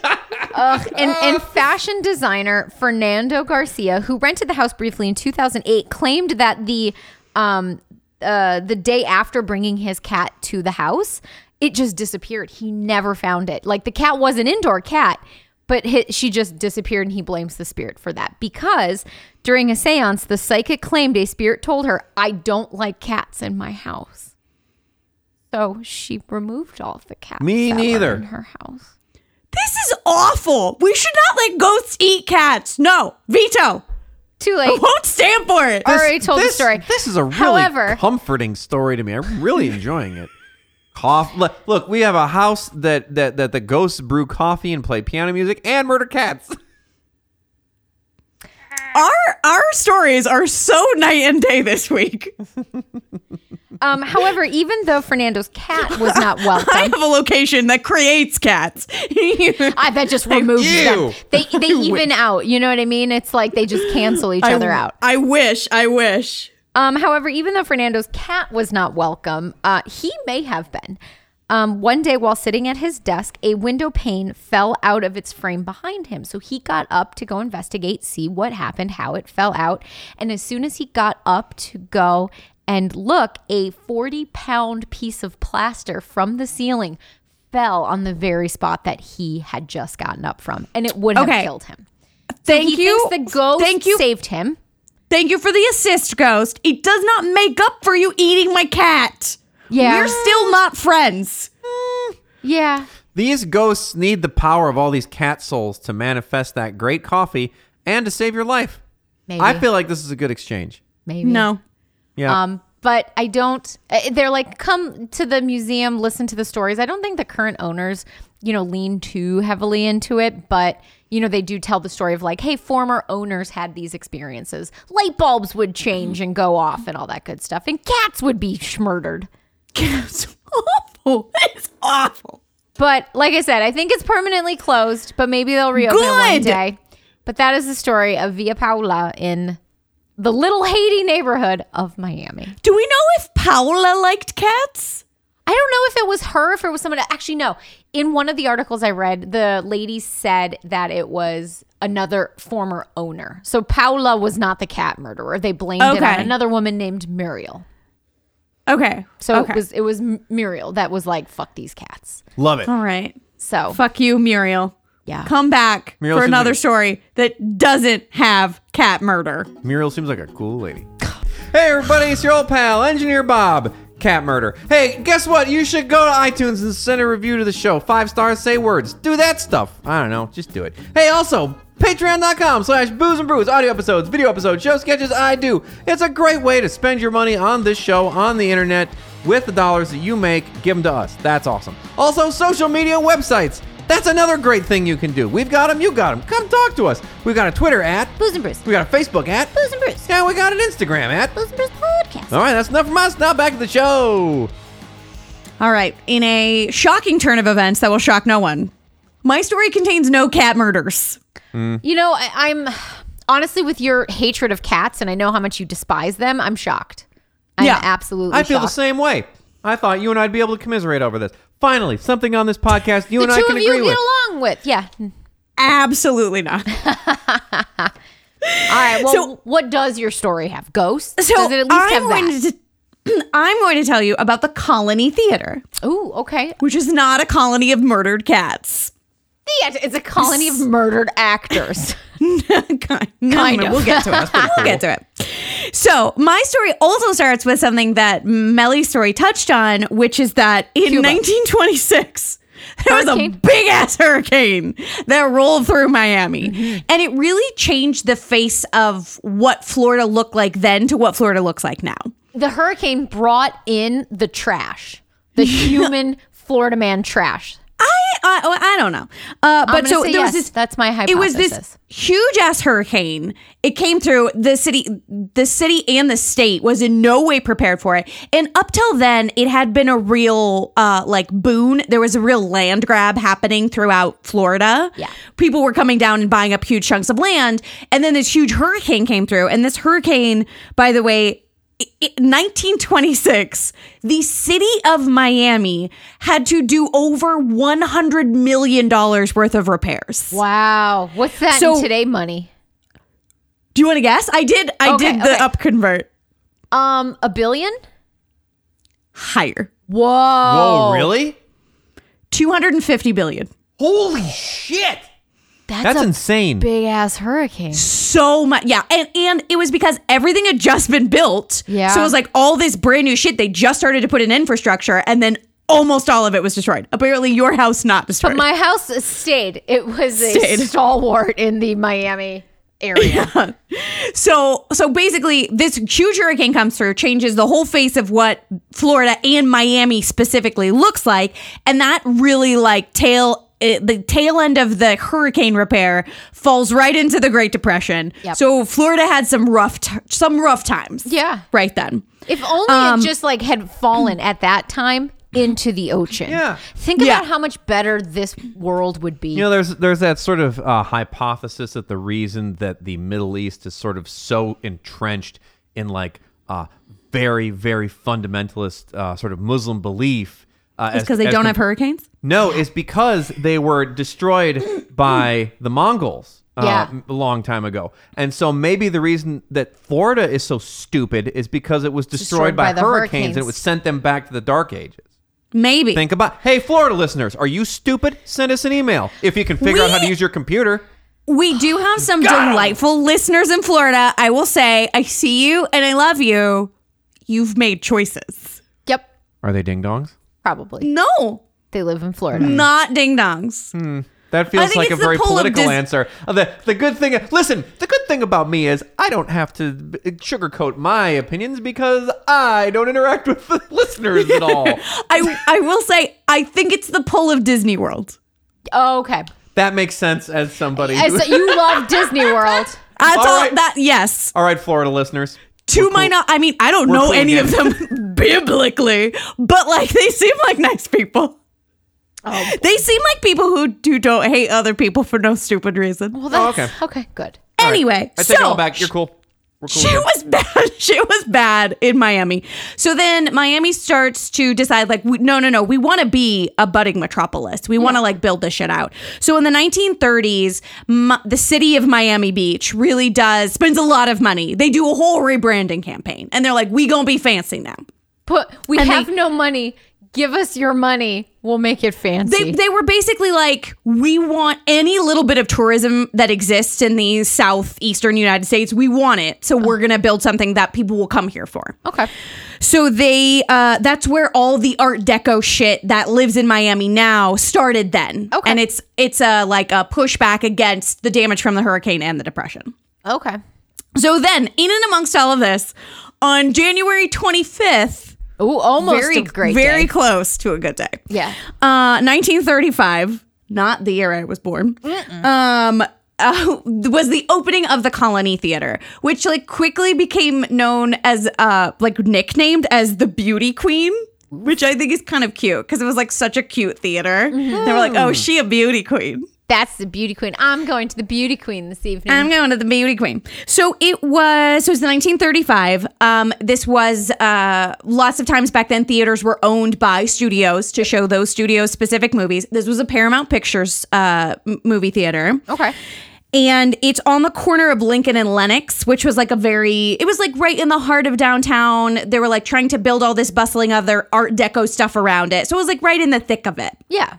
Speaker 3: Ugh, and, and fashion designer Fernando Garcia, who rented the house briefly in 2008, claimed that the um, uh, the day after bringing his cat to the house, it just disappeared. He never found it. Like the cat was an indoor cat, but hi she just disappeared, and he blames the spirit for that because during a séance, the psychic claimed a spirit told her, "I don't like cats in my house." So she removed all of the cats.
Speaker 1: Me
Speaker 3: that were
Speaker 1: neither.
Speaker 3: in her house.
Speaker 2: This is awful. We should not let ghosts eat cats. No, veto.
Speaker 3: Too
Speaker 2: I
Speaker 3: late.
Speaker 2: won't stand for it.
Speaker 3: I already told
Speaker 1: this,
Speaker 3: the story.
Speaker 1: This is a really
Speaker 3: However-
Speaker 1: comforting story to me. I'm really enjoying it. Cough. Look, look, we have a house that that that the ghosts brew coffee and play piano music and murder cats.
Speaker 2: Our our stories are so night and day this week.
Speaker 3: Um, however, even though Fernando's cat was not
Speaker 2: I
Speaker 3: welcome,
Speaker 2: have a location that creates cats.
Speaker 3: I bet just removed them.
Speaker 1: Ew.
Speaker 3: They they even out. You know what I mean? It's like they just cancel each other
Speaker 2: I,
Speaker 3: out.
Speaker 2: I wish. I wish.
Speaker 3: Um, however, even though Fernando's cat was not welcome, uh, he may have been. Um, one day while sitting at his desk, a window pane fell out of its frame behind him. So he got up to go investigate, see what happened, how it fell out. And as soon as he got up to go and look, a 40 pound piece of plaster from the ceiling fell on the very spot that he had just gotten up from. And it would have
Speaker 2: Okay.
Speaker 3: killed him. So
Speaker 2: Thank
Speaker 3: he
Speaker 2: you.
Speaker 3: Thinks the ghost
Speaker 2: Thank you.
Speaker 3: saved him.
Speaker 2: Thank you for the assist, Ghost. It does not make up for you eating my cat.
Speaker 3: Yeah.
Speaker 2: We're still not friends.
Speaker 3: Yeah.
Speaker 1: These ghosts need the power of all these cat souls to manifest that great coffee and to save your life.
Speaker 3: Maybe.
Speaker 1: I feel like this is a good exchange.
Speaker 3: Maybe.
Speaker 2: No.
Speaker 1: Yeah.
Speaker 3: Um, but I don't. uh, They're like, come to the museum, listen to the stories. I don't think the current owners, you know, lean too heavily into it, but you know, they do tell the story of like, hey, former owners had these experiences. Light bulbs would change and go off, and all that good stuff, and cats would be murdered.
Speaker 2: It's awful. It's awful.
Speaker 3: But like I said, I think it's permanently closed, but maybe they'll reopen it one
Speaker 2: Good.
Speaker 3: day. But that is the story of Via Paula in the Little Haiti neighborhood of Miami.
Speaker 2: Do we know if Paola liked cats?
Speaker 3: I don't know if it was her, if it was someone. Actually, no. In one of the articles I read, the lady said that it was another former owner. So Paula was not the cat murderer. They blamed it on
Speaker 2: Okay.
Speaker 3: another woman named Muriel.
Speaker 2: Okay.
Speaker 3: So
Speaker 2: Okay.
Speaker 3: it was it was M- Muriel that was like fuck these cats.
Speaker 1: Love it.
Speaker 2: all right.
Speaker 3: So
Speaker 2: Fuck you, Muriel.
Speaker 3: yeah,
Speaker 2: Come back
Speaker 1: Muriel
Speaker 2: for
Speaker 1: seems
Speaker 2: another
Speaker 1: like-
Speaker 2: story that doesn't have cat murder.
Speaker 1: Muriel seems like a cool lady. Hey, everybody, it's your old pal, Engineer Bob. Cat murder. Hey, guess what? You should go to iTunes and send a review to the show. Five stars, say words. Do that stuff. I don't know. Just do it. Hey, also, patreon.com slash booze and brews. Audio episodes, video episodes, show sketches, I do. It's a great way to spend your money on this show, on the internet, with the dollars that you make. Give them to us. That's awesome. Also, social media and websites. That's another great thing you can do. We've got them, you got them. Come talk to us. We've got a Twitter at
Speaker 3: Booze and Bruce.
Speaker 1: we got a Facebook at
Speaker 3: Booze and Bruce.
Speaker 1: Yeah, we got an Instagram at
Speaker 3: Booze and Bruce podcast.
Speaker 1: All right, that's enough from us. Now back to the show.
Speaker 2: All right. In a shocking turn of events that will shock no one, my story contains no cat murders.
Speaker 3: You know, I, I'm honestly with your hatred of cats, and I know how much you despise them. I'm shocked. I'm
Speaker 2: Yeah.
Speaker 3: absolutely.
Speaker 1: I feel the
Speaker 3: shocked.
Speaker 1: same way. I thought you and I'd be able to commiserate over this. Finally, something on this podcast you
Speaker 3: The
Speaker 1: and I
Speaker 3: two
Speaker 1: can
Speaker 3: of you
Speaker 1: agree
Speaker 3: get
Speaker 1: with.
Speaker 3: along with, yeah.
Speaker 2: Absolutely not.
Speaker 3: All right. Well,
Speaker 2: So-
Speaker 3: what does your story have? Ghosts?
Speaker 2: So
Speaker 3: does it at least
Speaker 2: I'm
Speaker 3: have
Speaker 2: going
Speaker 3: that?
Speaker 2: to. I'm going to tell you about the Colony Theater,
Speaker 3: Ooh, okay.
Speaker 2: which is not a colony of murdered cats.
Speaker 3: Yeah, it's a colony of murdered actors.
Speaker 2: kind kind
Speaker 3: of.
Speaker 2: We'll get to it. We'll get to it. So my story also starts with something that Melly's story touched on, which is that in 1926. There was a
Speaker 3: Hurricane?
Speaker 2: big ass hurricane that rolled through Miami.
Speaker 3: Mm-hmm.
Speaker 2: And it really changed the face of what Florida looked like then to what Florida looks like now.
Speaker 3: the hurricane brought in the trash, the human Florida man trash.
Speaker 2: I, I, I don't know. Uh, but
Speaker 3: gonna
Speaker 2: so
Speaker 3: say
Speaker 2: there was
Speaker 3: yes.
Speaker 2: this.
Speaker 3: That's my
Speaker 2: It was
Speaker 3: hypothesis.
Speaker 2: this huge ass hurricane. It came through the city. The city and the state was in no way prepared for it. And up till then, it had been a real uh, like boon. There was a real land grab happening throughout Florida.
Speaker 3: Yeah.
Speaker 2: people were coming down and buying up huge chunks of land. And then this huge hurricane came through. And this hurricane, by the way. i- 1926, the city of Miami had to do over 100 million dollars worth of repairs.
Speaker 3: Wow. What's that
Speaker 2: So-
Speaker 3: in today money?
Speaker 2: Do you want to guess? I did I
Speaker 3: Okay,
Speaker 2: did the
Speaker 3: okay.
Speaker 2: up convert
Speaker 3: Um, a billion?
Speaker 2: higher.
Speaker 3: Whoa. Oh.
Speaker 1: Whoa, really?
Speaker 2: 250 billion.
Speaker 1: Holy shit!
Speaker 3: That's,
Speaker 1: That's
Speaker 3: a
Speaker 1: insane.
Speaker 3: big ass hurricane.
Speaker 2: so much yeah and and it was because everything had just been built
Speaker 3: Yeah.
Speaker 2: so it was like all this brand new shit they just started to put in infrastructure and then almost all of it was destroyed apparently your house not destroyed
Speaker 3: But my house stayed. It was a
Speaker 2: Stayed.
Speaker 3: stalwart in the Miami area.
Speaker 2: so so basically this huge hurricane comes through changes the whole face of what florida and miami specifically looks like and that really like tail it, the tail end of the hurricane repair falls right into the great depression
Speaker 3: Yep.
Speaker 2: so florida had some rough t- some rough times
Speaker 3: Yeah.
Speaker 2: right then
Speaker 3: If only
Speaker 2: Um,
Speaker 3: it just like had fallen at that time into the ocean.
Speaker 1: Yeah.
Speaker 3: Think
Speaker 2: Yeah.
Speaker 3: about how much better this world would be.
Speaker 1: You know, there's there's that sort of uh, hypothesis that the reason that the Middle East is sort of so entrenched in like uh, very very fundamentalist uh, sort of Muslim belief uh,
Speaker 2: It's because they don't have hurricanes
Speaker 1: No, it's because they were destroyed by the Mongols uh,
Speaker 3: Yeah.
Speaker 1: m- a long time ago. And so maybe the reason that Florida is so stupid is because it was destroyed,
Speaker 3: Destroyed
Speaker 1: by,
Speaker 3: by the
Speaker 1: hurricanes, and it
Speaker 3: hurricanes.
Speaker 1: was sent them back to the Dark Ages.
Speaker 2: Maybe.
Speaker 1: Think about Hey, Florida listeners, are you stupid? Send us an email if you can figure out how to
Speaker 2: We-
Speaker 1: use your computer.
Speaker 2: we do have some delightful listeners in Florida. I will say, I see you and I love you. You've made choices.
Speaker 3: Yep.
Speaker 1: Are they ding dongs?
Speaker 3: Probably.
Speaker 2: No,
Speaker 3: They live in Florida.
Speaker 2: not ding dongs.
Speaker 1: That
Speaker 2: I
Speaker 1: feels
Speaker 2: think
Speaker 1: like a
Speaker 2: it's the
Speaker 1: very
Speaker 2: pull of
Speaker 1: political
Speaker 2: dis-
Speaker 1: answer. Uh, The, the good thing, listen, the good thing about me is I don't have to b- uh, sugarcoat my opinions because I don't interact with the listeners at all.
Speaker 2: I, I will say, I think it's the pull of Disney World.
Speaker 3: Oh, okay.
Speaker 1: That makes sense as somebody.
Speaker 3: And
Speaker 1: who-
Speaker 3: so you love Disney World.
Speaker 2: That's all.
Speaker 1: All right.
Speaker 2: That yes.
Speaker 1: All right, Florida listeners.
Speaker 2: To my not, I mean, I don't know
Speaker 1: cool
Speaker 2: any of them biblically, but like they seem like nice people.
Speaker 3: Oh.
Speaker 2: They seem like people who, who don't hate other people for no stupid reason.
Speaker 3: Well, that's
Speaker 1: okay.
Speaker 3: okay. Good.
Speaker 2: anyway,
Speaker 1: I take
Speaker 2: so
Speaker 1: it all back. You're cool. We're cool.
Speaker 2: Shit was bad. Shit was bad in Miami. So then Miami starts to decide, like, we, no, no, no, we want to be a budding metropolis. We want to like build this shit out. So in the 1930s, Mi- the city of Miami Beach really does spends a lot of money. They do a whole rebranding campaign, and they're like, we gonna be fancy now.
Speaker 3: But we
Speaker 2: And
Speaker 3: have
Speaker 2: they-
Speaker 3: no money. Give us your money. We'll make it
Speaker 2: They,
Speaker 3: fancy.
Speaker 2: they were basically like, we want any little bit of tourism that exists in the southeastern United States. We want it. So we're going to build something that people will come here for.
Speaker 3: okay.
Speaker 2: So they uh that's where all the art deco shit that lives in Miami now started then.
Speaker 3: Okay.
Speaker 2: And it's it's a like a pushback against the damage from the hurricane and the depression.
Speaker 3: Okay.
Speaker 2: So then, in and amongst all of this, on January 25th,
Speaker 3: Ooh, almost
Speaker 2: very
Speaker 3: a great
Speaker 2: very
Speaker 3: day.
Speaker 2: close to a good day.
Speaker 3: Yeah.
Speaker 2: Uh 1935, not the year I was born. Um uh, was the opening of the Colony Theater, which like quickly became known as uh like nicknamed as the Beauty Queen, which I think is kind of cute because it was like such a cute theater. They were like,
Speaker 3: Mm-hmm.
Speaker 2: "Oh, she a beauty queen."
Speaker 3: That's the beauty queen. I'm going to the beauty queen this evening.
Speaker 2: I'm going to the beauty queen. So it was. So it was 1935. Um, this was uh, lots of times back then. Theaters were owned by studios to show those studios specific movies. This was a Paramount Pictures uh, m- movie theater.
Speaker 3: okay.
Speaker 2: And it's on the corner of Lincoln and Lenox, which was like a very, it was like right in the heart of downtown. They were like trying to build all this bustling other Art Deco stuff around it. So it was like right in the thick of it.
Speaker 3: Yeah.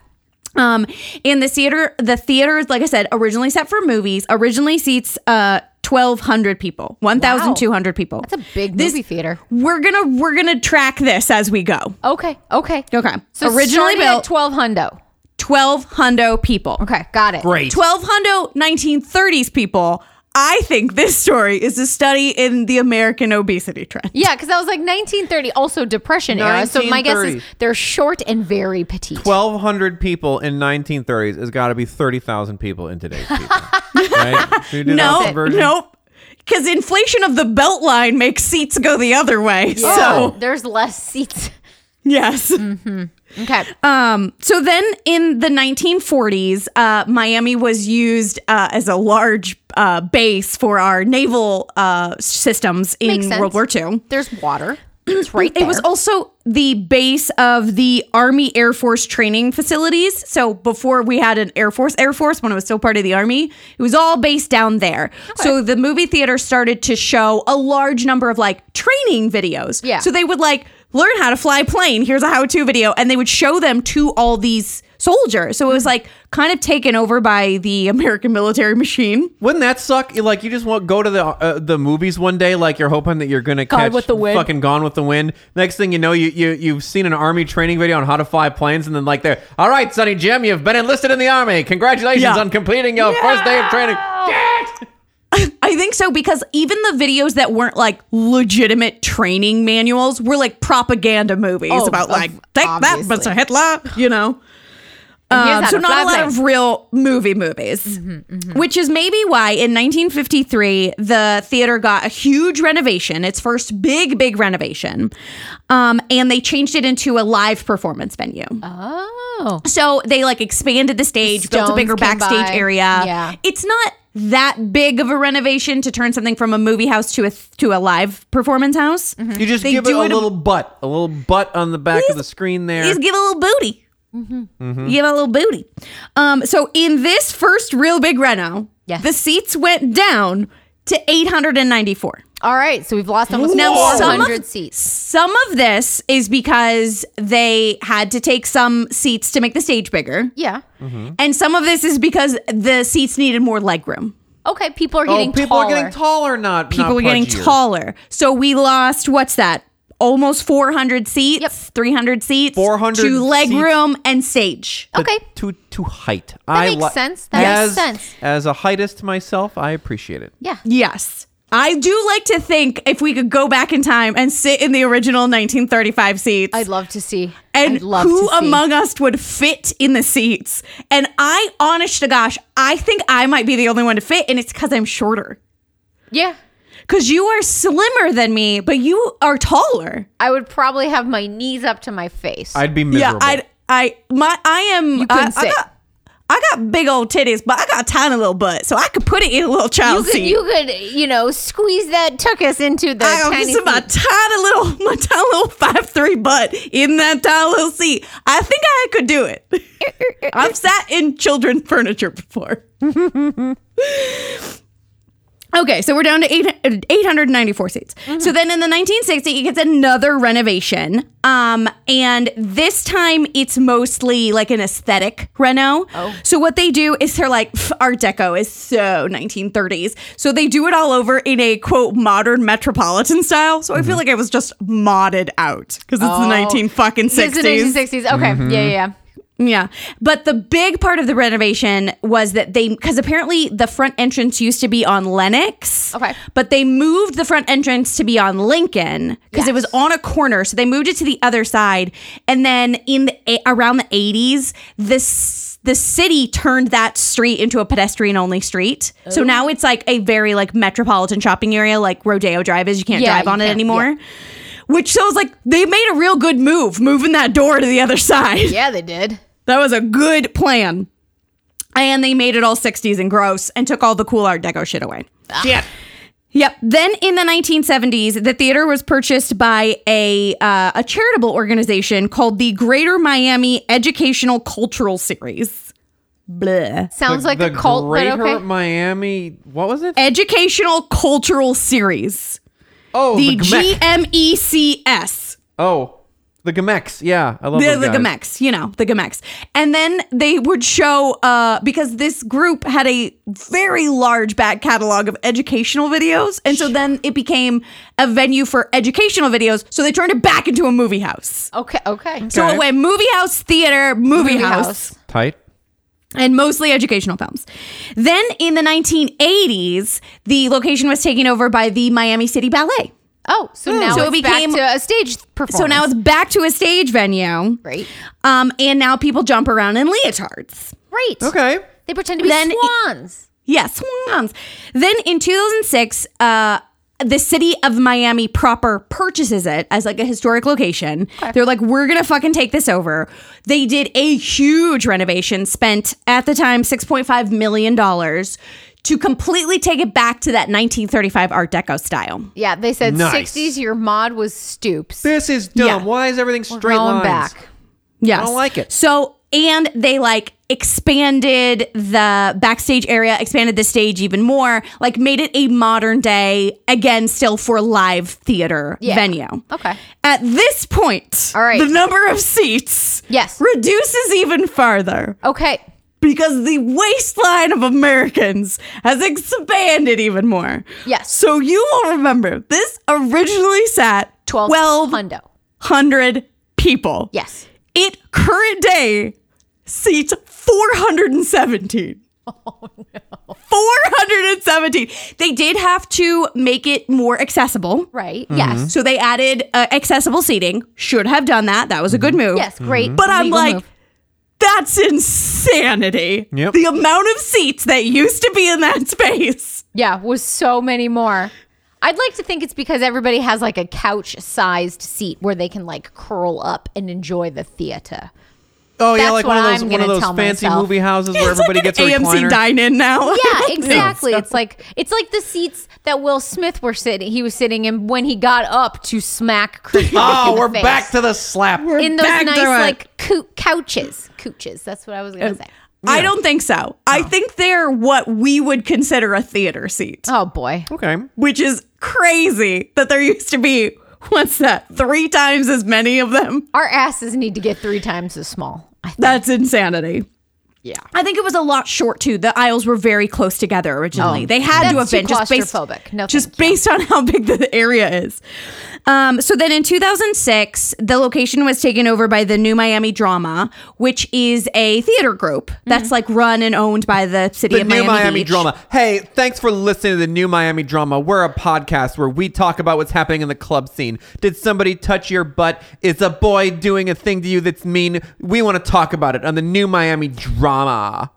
Speaker 2: Um, in the theater, the theater is like I said, originally set for movies. Originally seats uh twelve hundred people, one thousand two hundred people.
Speaker 3: That's a big
Speaker 2: This-
Speaker 3: movie theater.
Speaker 2: We're gonna we're gonna track this as we go.
Speaker 3: Okay. Okay.
Speaker 2: Okay.
Speaker 3: So
Speaker 2: originally built
Speaker 3: twelve hundo.
Speaker 2: twelve hundo people.
Speaker 3: Okay, got it.
Speaker 1: Great.
Speaker 2: Twelve hundo nineteen thirties people. I think this story is a study in the American obesity trend.
Speaker 3: Yeah, because that was like 1930, also Depression era. So my guess is
Speaker 1: 1930.
Speaker 3: they're short and very petite.
Speaker 1: 1,200 people in 1930s has got to be 30,000 people in today's people. right? If you do that
Speaker 2: No,
Speaker 1: conversion-
Speaker 2: nope. Because inflation of the Beltline makes seats go the other way.
Speaker 3: So
Speaker 2: So
Speaker 3: there's less seats.
Speaker 2: yes.
Speaker 3: Mm. Okay.
Speaker 2: Um, so then in the 1940s, uh, Miami was used uh, as a large uh, base for our naval uh, systems
Speaker 3: Makes
Speaker 2: in
Speaker 3: sense.
Speaker 2: World War II.
Speaker 3: There's water. It's right there.
Speaker 2: It was also the base of the Army Air Force training facilities. So before we had an Air Force Air Force when it was still part of the Army, it was all based down there. So the movie theater started to show a large number of like training videos.
Speaker 3: Yeah.
Speaker 2: So they would like learn how to fly a plane. Here's a how to video. And they would show them to all these soldiers. So it
Speaker 3: Hmm.
Speaker 2: was like kind of taken over by the American military machine.
Speaker 1: Wouldn't that suck? Like you just want go to the uh, the movies one day, like you're hoping that you're gonna
Speaker 3: Gone
Speaker 1: catch
Speaker 3: with the Wind.
Speaker 1: fucking Gone with the Wind. Next thing you know, you you you've seen an army training video on how to fly planes, and then like there, all right, Sonny Jim, you've been enlisted in the army. Congratulations
Speaker 2: Yeah.
Speaker 1: on completing your first day of training.
Speaker 2: I think so because even the videos that weren't like legitimate training manuals were like propaganda movies
Speaker 3: Oh,
Speaker 2: about
Speaker 3: of-
Speaker 2: like take that,
Speaker 3: obviously.
Speaker 2: Mr. Hitler, you know.
Speaker 3: here's
Speaker 2: Um,
Speaker 3: how
Speaker 2: so
Speaker 3: to Mm-hmm,
Speaker 2: not a
Speaker 3: fly
Speaker 2: lot
Speaker 3: planes.
Speaker 2: of real movie movies, which is maybe why in 1953 the theater got a huge renovation, its first big big renovation, um, and they changed it into a live performance venue.
Speaker 3: oh.
Speaker 2: So they like expanded the stage, built a
Speaker 3: Stones
Speaker 2: bigger
Speaker 3: came
Speaker 2: backstage
Speaker 3: by.
Speaker 2: area.
Speaker 3: Yeah.
Speaker 2: It's not that big of a renovation to turn something from a movie house to a to a live performance house.
Speaker 3: Mm-hmm.
Speaker 1: You just
Speaker 2: They
Speaker 1: give it a
Speaker 2: do it-
Speaker 1: little butt, a little butt on the back of the screen there.
Speaker 2: Just give a little booty.
Speaker 3: Mm-hmm.
Speaker 2: Give a little booty. Um, so in this first real big reno,
Speaker 3: Yes.
Speaker 2: the seats went down to 894.
Speaker 3: All right. So we've lost almost
Speaker 2: Now, some
Speaker 3: 400
Speaker 2: of-
Speaker 3: seats.
Speaker 2: Some of this is because they had to take some seats to make the stage bigger,
Speaker 3: Yeah.
Speaker 2: and some of this is because the seats needed more legroom.
Speaker 3: Okay. People are
Speaker 1: oh,
Speaker 3: getting
Speaker 1: people
Speaker 3: taller.
Speaker 1: are getting taller, not
Speaker 2: people
Speaker 1: not
Speaker 2: were getting
Speaker 1: pudgier.
Speaker 2: taller. So we lost what's that? Almost 400 seats,
Speaker 3: Yep.
Speaker 2: 300 seats,
Speaker 1: 400
Speaker 2: to leg
Speaker 1: seats.
Speaker 2: room and stage.
Speaker 1: But
Speaker 3: Okay.
Speaker 1: to to height. I
Speaker 3: makes sense. That
Speaker 1: as,
Speaker 3: makes sense.
Speaker 1: As a heightist myself, I appreciate it.
Speaker 3: Yeah.
Speaker 2: Yes. I do like to think if we could go back in time and sit in the original 1935 seats
Speaker 3: I'd love to see.
Speaker 2: and
Speaker 3: I'd love
Speaker 2: who
Speaker 3: to see.
Speaker 2: among us would fit in the seats. And I, honest to gosh, I think I might be the only one to fit, and it's because I'm shorter.
Speaker 3: Yeah.
Speaker 2: Because you are slimmer than me, but you are taller.
Speaker 3: I would probably have my knees up to my face.
Speaker 1: I'd be miserable.
Speaker 2: Yeah, I, I, my, I am.
Speaker 3: You couldn't
Speaker 2: I, I
Speaker 3: sit.
Speaker 2: got, I got big old titties, but I got a tiny little butt, so I could put it in a little
Speaker 3: you
Speaker 2: child
Speaker 3: could,
Speaker 2: seat.
Speaker 3: you could, you know, squeeze that took us into the
Speaker 2: I got
Speaker 3: tiny.
Speaker 2: just my
Speaker 3: seat.
Speaker 2: tiny little, my tiny little five three butt in that tiny little seat. I think I could do it. I've sat in children furniture before. Okay, so we're down to eight, 894 seats.
Speaker 3: Mm-hmm.
Speaker 2: So then in the 1960s, it gets another renovation. Um, and this time it's mostly like an aesthetic reno.
Speaker 3: Oh.
Speaker 2: So what they do is they're like, "Pff, Art Deco is so 1930s. So they do it all over in a quote modern metropolitan style. So I
Speaker 3: Mm-hmm.
Speaker 2: feel like I was just modded out because it's the 19 fucking 60s.
Speaker 3: It's Oh. the 1960s. Okay.
Speaker 1: Mm-hmm.
Speaker 3: Yeah, yeah, yeah.
Speaker 2: Yeah. But the big part of the renovation was that they, because apparently the front entrance used to be on Lenox.
Speaker 3: Okay.
Speaker 2: But they moved the front entrance to be on Lincoln because it was
Speaker 3: Yes.
Speaker 2: on a corner. So they moved it to the other side. And then in the, a- around the 80s, this, the city turned that street into a pedestrian only street.
Speaker 3: Oh.
Speaker 2: So now it's like a very like metropolitan shopping area, like Rodeo Drive is. You can't
Speaker 3: Yeah,
Speaker 2: drive on
Speaker 3: you
Speaker 2: it
Speaker 3: can't-
Speaker 2: anymore. Which shows like they made a real good move moving that door to the other side.
Speaker 3: Yeah, they did.
Speaker 2: That was a good plan. And they made it all 60s and gross and took all the cool Art Deco shit away.
Speaker 1: Shit.
Speaker 2: Yep. Then in the 1970s, the theater was purchased by a uh, a charitable organization called the Greater Miami Educational Cultural Series. Bleh.
Speaker 3: Sounds
Speaker 1: The-
Speaker 3: like
Speaker 1: the
Speaker 3: a cult, but
Speaker 1: Greater
Speaker 3: okay.
Speaker 1: Miami. What was it?
Speaker 2: Educational Cultural Series.
Speaker 1: Oh,
Speaker 2: The E
Speaker 1: Gmek.
Speaker 2: GMECS.
Speaker 1: Oh, the Gamex. Yeah, I love
Speaker 2: the,
Speaker 1: those
Speaker 2: the
Speaker 1: guys.
Speaker 2: Gamex, you know, the Gamex. And then they would show, uh, because this group had a very large back catalog of educational videos. And so then it became a venue for educational videos. So they turned it back into a movie house.
Speaker 3: Okay, okay.
Speaker 2: So
Speaker 1: Okay.
Speaker 2: it went movie house, theater, movie, house
Speaker 1: Tight.
Speaker 2: and mostly educational films. Then in the 1980s, the location was taken over by the Miami City Ballet.
Speaker 3: Oh, so now
Speaker 2: Hmm. So
Speaker 3: it's
Speaker 2: it became-
Speaker 3: back to a stage performance.
Speaker 2: So now it's back to a stage venue.
Speaker 3: great.
Speaker 2: Um, and now people jump around in leotards.
Speaker 3: Great.
Speaker 1: Okay.
Speaker 3: They pretend to be
Speaker 2: Then-
Speaker 3: swans.
Speaker 2: Yes, swans. Then in 2006, uh, the city of Miami proper purchases it as like a historic location. They're like, we're gonna fucking take this over. They did a huge renovation, spent at the time six point five million dollars to completely take it back to that 1935 Art Deco style.
Speaker 3: Yeah, they said
Speaker 1: Nice.
Speaker 3: 60s, your mod was stoops.
Speaker 1: This is dumb.
Speaker 2: Yeah.
Speaker 1: Why is everything
Speaker 3: We're
Speaker 1: straight
Speaker 3: going
Speaker 1: lines?
Speaker 3: back.
Speaker 2: Yes.
Speaker 1: I don't like it.
Speaker 2: So, and they like expanded the backstage area, expanded the stage even more, like made it a modern day, again, still for live theater
Speaker 3: Yeah.
Speaker 2: venue.
Speaker 3: Okay.
Speaker 2: At this point,
Speaker 3: All right.
Speaker 2: the number of seats
Speaker 3: Yes.
Speaker 2: reduces even farther
Speaker 3: Okay.
Speaker 2: because the waistline of Americans has expanded even more.
Speaker 3: Yes.
Speaker 2: So you will remember this originally sat
Speaker 3: 12 hundo.
Speaker 2: 1,200 people.
Speaker 3: Yes.
Speaker 2: It current day seats 417. Oh no. 417. They did have to make it more accessible.
Speaker 3: Right.
Speaker 1: Mm-hmm.
Speaker 3: Yes.
Speaker 2: So they added uh, accessible seating. Should have done that. That was a good move.
Speaker 3: Mm-hmm. Yes.
Speaker 1: Mm-hmm.
Speaker 3: Great.
Speaker 2: But I'm
Speaker 3: legal
Speaker 2: like,
Speaker 3: move.
Speaker 2: that's insanity.
Speaker 1: Yep.
Speaker 2: The amount of seats that used to be in that space.
Speaker 3: yeah, was so many more. I'd like to think it's because everybody has like a couch sized seat where they can like curl up and enjoy the theater.
Speaker 1: Oh yeah,
Speaker 3: That's
Speaker 1: like one of
Speaker 3: what
Speaker 1: those
Speaker 3: I'm
Speaker 1: one of
Speaker 3: gonna
Speaker 1: those
Speaker 3: tell
Speaker 1: fancy
Speaker 3: myself.
Speaker 1: movie houses where
Speaker 2: it's
Speaker 1: everybody
Speaker 2: like an
Speaker 1: gets a
Speaker 2: AMC
Speaker 1: recliner.
Speaker 2: dine-in now.
Speaker 3: Yeah, exactly. It's like it's like the seats that Will Smith were sitting. He was sitting in when he got up to smack Chris. Rock in
Speaker 1: Oh,
Speaker 3: the
Speaker 1: we're
Speaker 3: face.
Speaker 1: back to the slap.
Speaker 3: in those
Speaker 2: back to
Speaker 3: nice
Speaker 2: it. Uh,
Speaker 3: like coo- couches, couches. That's what I was gonna say.
Speaker 2: I don't think so. I think they're what we would consider a theater seat,
Speaker 3: Oh boy.
Speaker 1: okay.
Speaker 2: which is crazy that there used to be what's that? 3 times as many of them.
Speaker 3: Our asses need to get three times as small. I think.
Speaker 2: That's insanity. Yeah. I think it was a lot short too. The aisles were very close together
Speaker 1: Oh.
Speaker 2: originally. They had to have
Speaker 3: That's
Speaker 2: been
Speaker 3: too
Speaker 2: just based,
Speaker 3: claustrophobic. No,
Speaker 2: just
Speaker 3: thank you.
Speaker 2: based on how big the area is. Um, so then in 2006, the location was taken over by the New Miami Drama, which is a theater group that's like run and owned by the city
Speaker 1: The
Speaker 2: of
Speaker 1: new
Speaker 2: Miami,
Speaker 1: Miami
Speaker 2: Beach.
Speaker 1: drama. Hey, thanks for listening to the new Miami drama. We're a podcast where we talk about what's happening in the club scene. Did somebody touch your butt? Is a boy doing a thing to you that's mean? We want to talk about it on the new Miami drama.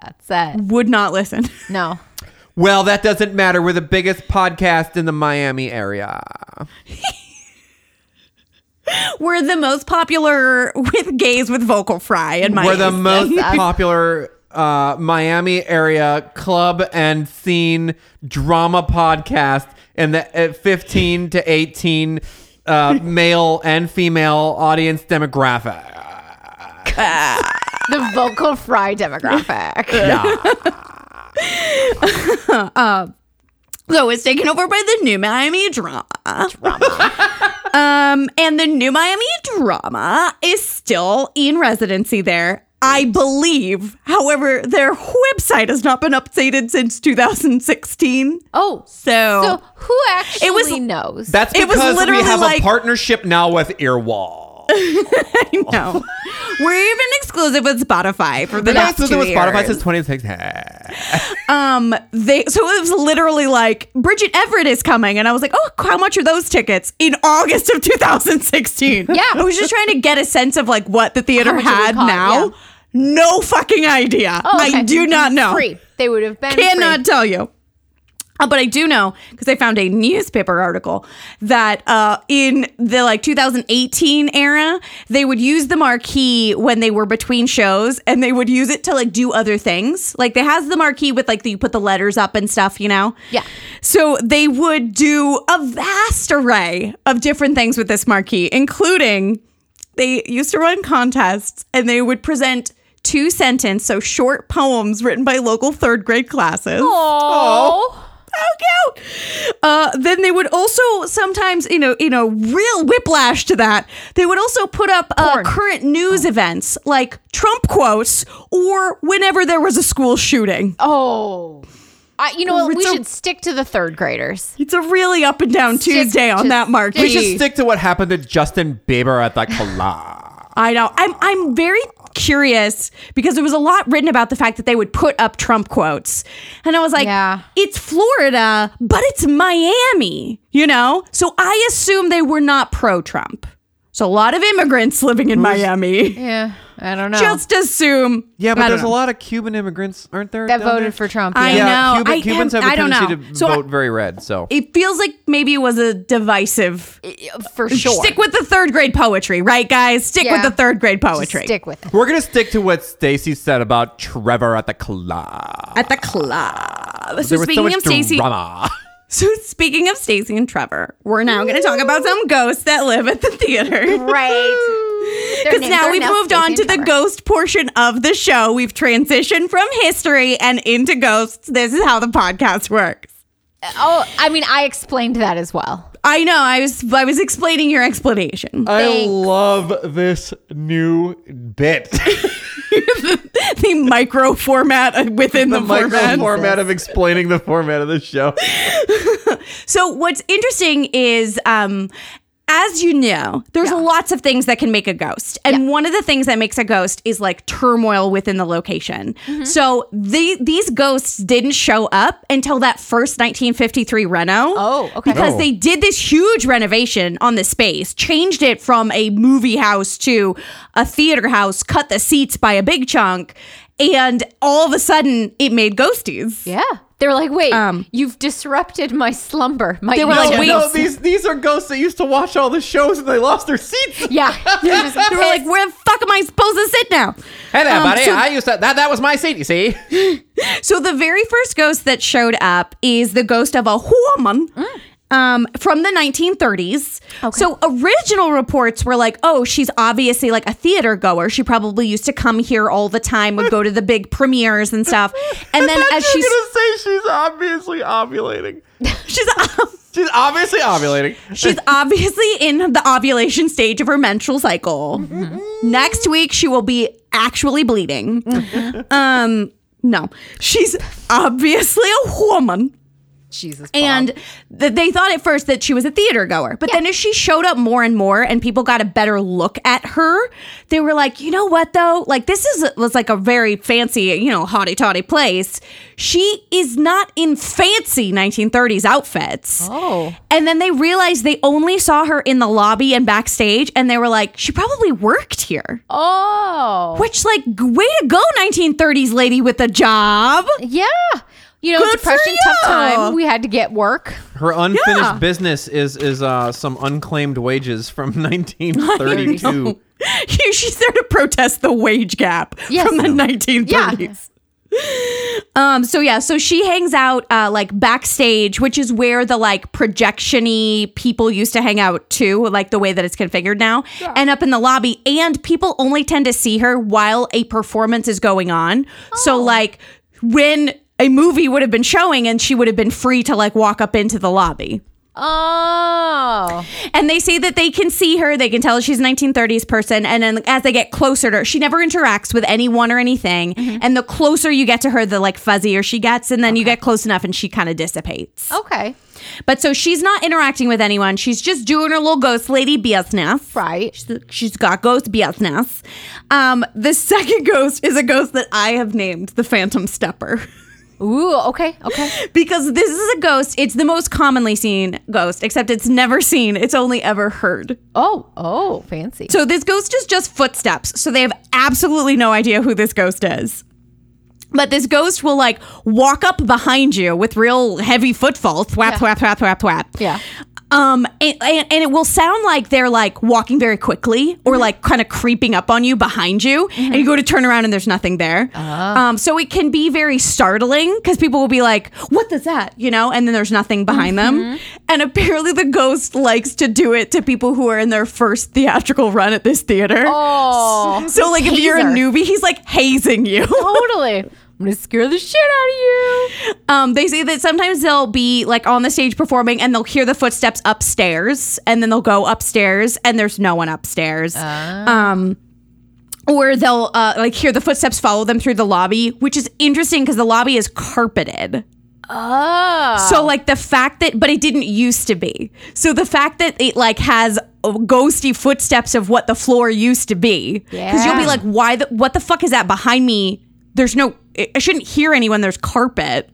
Speaker 3: That's it.
Speaker 2: Would not listen.
Speaker 3: No.
Speaker 1: Well, that doesn't matter. We're the biggest podcast in the Miami area.
Speaker 2: We're the most popular with gays with vocal fry in Miami.
Speaker 1: We're the most popular uh, Miami area club and scene drama podcast in the uh, 15 to 18 uh, male and female audience demographic.
Speaker 3: The vocal fry demographic.
Speaker 2: So it's taken over by the new Miami drama. um, and the new Miami drama is still in residency there, I believe. However, their website has not been updated since 2016.
Speaker 3: Oh,
Speaker 2: So-
Speaker 3: so who actually
Speaker 2: It was-
Speaker 3: knows?
Speaker 1: That's
Speaker 2: It was
Speaker 1: because we
Speaker 2: literally
Speaker 1: have
Speaker 2: like-
Speaker 1: a partnership now with Earwall.
Speaker 2: No, we're even exclusive with Spotify for the
Speaker 1: That's
Speaker 2: last
Speaker 1: what
Speaker 2: two
Speaker 1: was Spotify
Speaker 2: years.
Speaker 1: since 2016.
Speaker 2: Um, they so it was literally like Bridget Everett is coming, and I was like, oh, how much are those tickets in August of 2016?
Speaker 3: Yeah.
Speaker 2: I was just trying to get a sense of like what the
Speaker 3: How
Speaker 2: theater
Speaker 3: much it would
Speaker 2: had
Speaker 3: cost,
Speaker 2: now.
Speaker 3: yeah.
Speaker 2: No fucking idea.
Speaker 3: Oh, okay.
Speaker 2: I do not know.
Speaker 3: Free. They would have been
Speaker 2: Cannot
Speaker 3: free.
Speaker 2: tell you. Uh, but I do know because I found a newspaper article that uh, in the like 2018 era, they would use the marquee when they were between shows and they would use it to like do other things. Like they has the marquee with like the, you put the letters up and stuff, you know?
Speaker 3: Yeah.
Speaker 2: So they would do a vast array of different things with this marquee, including they used to run contests and they would present two sentence, so short poems written by local third grade classes.
Speaker 3: Oh,
Speaker 2: How cute! Uh, then they would also sometimes, you know, you know, real whiplash to that. They would also put up uh,
Speaker 3: Porn. Oh.
Speaker 2: current news events like Trump quotes or whenever there was a school shooting.
Speaker 3: oh. I, you know what? We
Speaker 2: It's a-
Speaker 3: should stick to the third graders.
Speaker 2: It's a really up and down
Speaker 3: Stick
Speaker 2: Tuesday on
Speaker 3: to
Speaker 2: that marquee.
Speaker 1: We should stick to what happened to Justin Bieber at the collage.
Speaker 2: I know. I'm I'm very curious because there was a lot written about the fact that they would put up Trump quotes. And I was like,
Speaker 3: Yeah.
Speaker 2: it's Florida, but it's Miami, you know? So I assume they were not pro Trump. So a lot of immigrants living in Miami.
Speaker 3: Yeah, I don't know.
Speaker 2: Just assume.
Speaker 1: Yeah,
Speaker 2: I
Speaker 1: but
Speaker 2: don't
Speaker 1: there's a
Speaker 2: know.
Speaker 1: lot of Cuban immigrants, aren't there?
Speaker 3: that
Speaker 1: down there?
Speaker 3: voted for Trump.
Speaker 2: I
Speaker 1: Yeah,
Speaker 2: know.
Speaker 1: Cuban,
Speaker 2: I
Speaker 1: Cubans
Speaker 2: am-
Speaker 1: have a
Speaker 2: I don't
Speaker 1: tendency
Speaker 2: know.
Speaker 1: to
Speaker 2: So I-
Speaker 1: vote very red. So
Speaker 2: It feels like maybe it was a divisive.
Speaker 3: for sure.
Speaker 2: Stick with the third grade poetry, right, guys? Stick
Speaker 3: Yeah.
Speaker 2: with the third grade
Speaker 3: Just
Speaker 2: poetry.
Speaker 3: Stick with it.
Speaker 1: we're gonna stick to what Stacy said about Trevor at the club.
Speaker 2: at the club. So
Speaker 1: there was so
Speaker 2: speaking
Speaker 1: much
Speaker 2: of Stacy,
Speaker 1: drama.
Speaker 2: so speaking of Stacy and Trevor, we're now going to talk about some ghosts that live at the theater.
Speaker 3: Right. Their
Speaker 2: Because
Speaker 3: names
Speaker 2: now
Speaker 3: are
Speaker 2: we've moved on
Speaker 3: Stacey
Speaker 2: to
Speaker 3: and
Speaker 2: the
Speaker 3: Trevor.
Speaker 2: ghost portion of the show. We've transitioned from history and into ghosts. This is how the podcast works.
Speaker 3: Oh, I mean, I explained that as well.
Speaker 2: I know. I was I was explaining your explanation.
Speaker 1: I
Speaker 3: Thanks.
Speaker 1: love this new bit.
Speaker 2: the micro format uh, within the,
Speaker 1: the micro
Speaker 2: format.
Speaker 1: format of explaining the format of the show.
Speaker 2: So what's interesting is um as you know, there's lots of things that can make a ghost. And one of the things that makes a ghost is like turmoil within the location.
Speaker 3: Mm-hmm.
Speaker 2: So the, these ghosts didn't show up until that first 1953 reno.
Speaker 3: Oh, okay.
Speaker 2: Because
Speaker 1: Oh.
Speaker 2: they did this huge renovation on the space, changed it from a movie house to a theater house, cut the seats by a big chunk. And all of a sudden, it made ghosties.
Speaker 3: Yeah. They're like, wait,
Speaker 2: Um,
Speaker 3: you've disrupted my slumber. My
Speaker 2: They were
Speaker 3: night
Speaker 2: like,
Speaker 3: of-
Speaker 2: wait.
Speaker 1: no, these these are ghosts that used to watch all the shows and they lost their seats.
Speaker 3: yeah. They're just
Speaker 2: They were like,
Speaker 3: pissed.
Speaker 2: where the fuck am I supposed to sit now?
Speaker 1: Hey there,
Speaker 2: Um,
Speaker 1: buddy.
Speaker 2: so-
Speaker 1: I used to that that was my seat, you see.
Speaker 2: So the very first ghost that showed up is the ghost of a woman.
Speaker 1: Mm.
Speaker 2: Um, from the 1930s. So original reports were like, oh, she's obviously like a theater goer. She probably used to come here all the time, would go to the big premieres and stuff. And then as she's
Speaker 1: gonna say she's obviously ovulating.
Speaker 2: she's
Speaker 1: She's obviously ovulating.
Speaker 2: she's obviously in the ovulation stage of her menstrual cycle. Next week she will be actually bleeding. um, no, she's obviously a woman.
Speaker 3: Jesus. Paul.
Speaker 2: And th- they thought at first that she was a theater goer. But then as she showed up more and more and people got a better look at her, they were like, you know what though? Like this is was like a very fancy, you know, haughty toddy place. She is not in fancy 1930s outfits.
Speaker 3: Oh.
Speaker 2: And then they realized they only saw her in the lobby and backstage and they were like, she probably worked here.
Speaker 3: Oh.
Speaker 2: Which like g- way to go 1930s lady with a job.
Speaker 3: Yeah. You know,
Speaker 2: Good for
Speaker 3: depression, tough
Speaker 2: ya.
Speaker 3: time. We had to get work.
Speaker 1: Her unfinished
Speaker 2: Yeah.
Speaker 1: business is is uh, some unclaimed wages from 1932.
Speaker 2: She's there to protest the wage gap
Speaker 3: Yes.
Speaker 2: from the 1930s.
Speaker 3: Yeah.
Speaker 2: Um, so yeah, so she hangs out uh, like backstage, which is where the like projectiony people used to hang out too, like the way that it's configured now, and up in the lobby. And people only tend to see her while a performance is going on. So like when a movie would have been showing, and she would have been free to like walk up into the lobby.
Speaker 3: Oh.
Speaker 2: And they say that they can see her, they can tell she's a 1930s person. And then as they get closer to her, she never interacts with anyone or anything. And the closer you get to her, the like fuzzier she gets. And then you get close enough and she kind of dissipates.
Speaker 3: Okay.
Speaker 2: But so she's not interacting with anyone. She's just doing her little ghost lady business.
Speaker 3: Right.
Speaker 2: She's- She's got ghost business. Um, the second ghost is a ghost that I have named the Phantom Stepper.
Speaker 3: Ooh. Okay. Okay.
Speaker 2: because this is a ghost. It's the most commonly seen ghost, except it's never seen. It's only ever heard.
Speaker 3: Oh. Oh. Fancy.
Speaker 2: So this ghost is just footsteps. So they have absolutely no idea who this ghost is. But this ghost will like walk up behind you with real heavy footfall, thwap,
Speaker 3: Yeah.
Speaker 2: thwap, thwap, thwap, thwap.
Speaker 3: Yeah.
Speaker 2: Um, and, and, and it will sound like they're like walking very quickly or like kind of creeping up on you behind you. And you go to turn around and there's nothing there. Um, so it can be very startling because people will be like, what is that? You know, and then there's nothing behind them. And apparently the ghost likes to do it to people who are in their first theatrical run at this theater.
Speaker 3: Oh.
Speaker 2: So like if you're a
Speaker 3: Hazer.
Speaker 2: newbie, he's like hazing you.
Speaker 3: totally. I'm gonna scare the shit out of you.
Speaker 2: Um, they say that sometimes they'll be like on the stage performing and they'll hear the footsteps upstairs and then they'll go upstairs and there's no one upstairs. Um, or they'll uh, like hear the footsteps follow them through the lobby, which is interesting because the lobby is carpeted.
Speaker 3: Oh.
Speaker 2: So like the fact that, but it didn't used to be. So the fact that it like has oh, ghosty footsteps of what the floor used to be, because you'll be
Speaker 3: Yeah.
Speaker 2: like, why the what the fuck is that behind me? There's no, I I shouldn't hear anyone. There's carpet.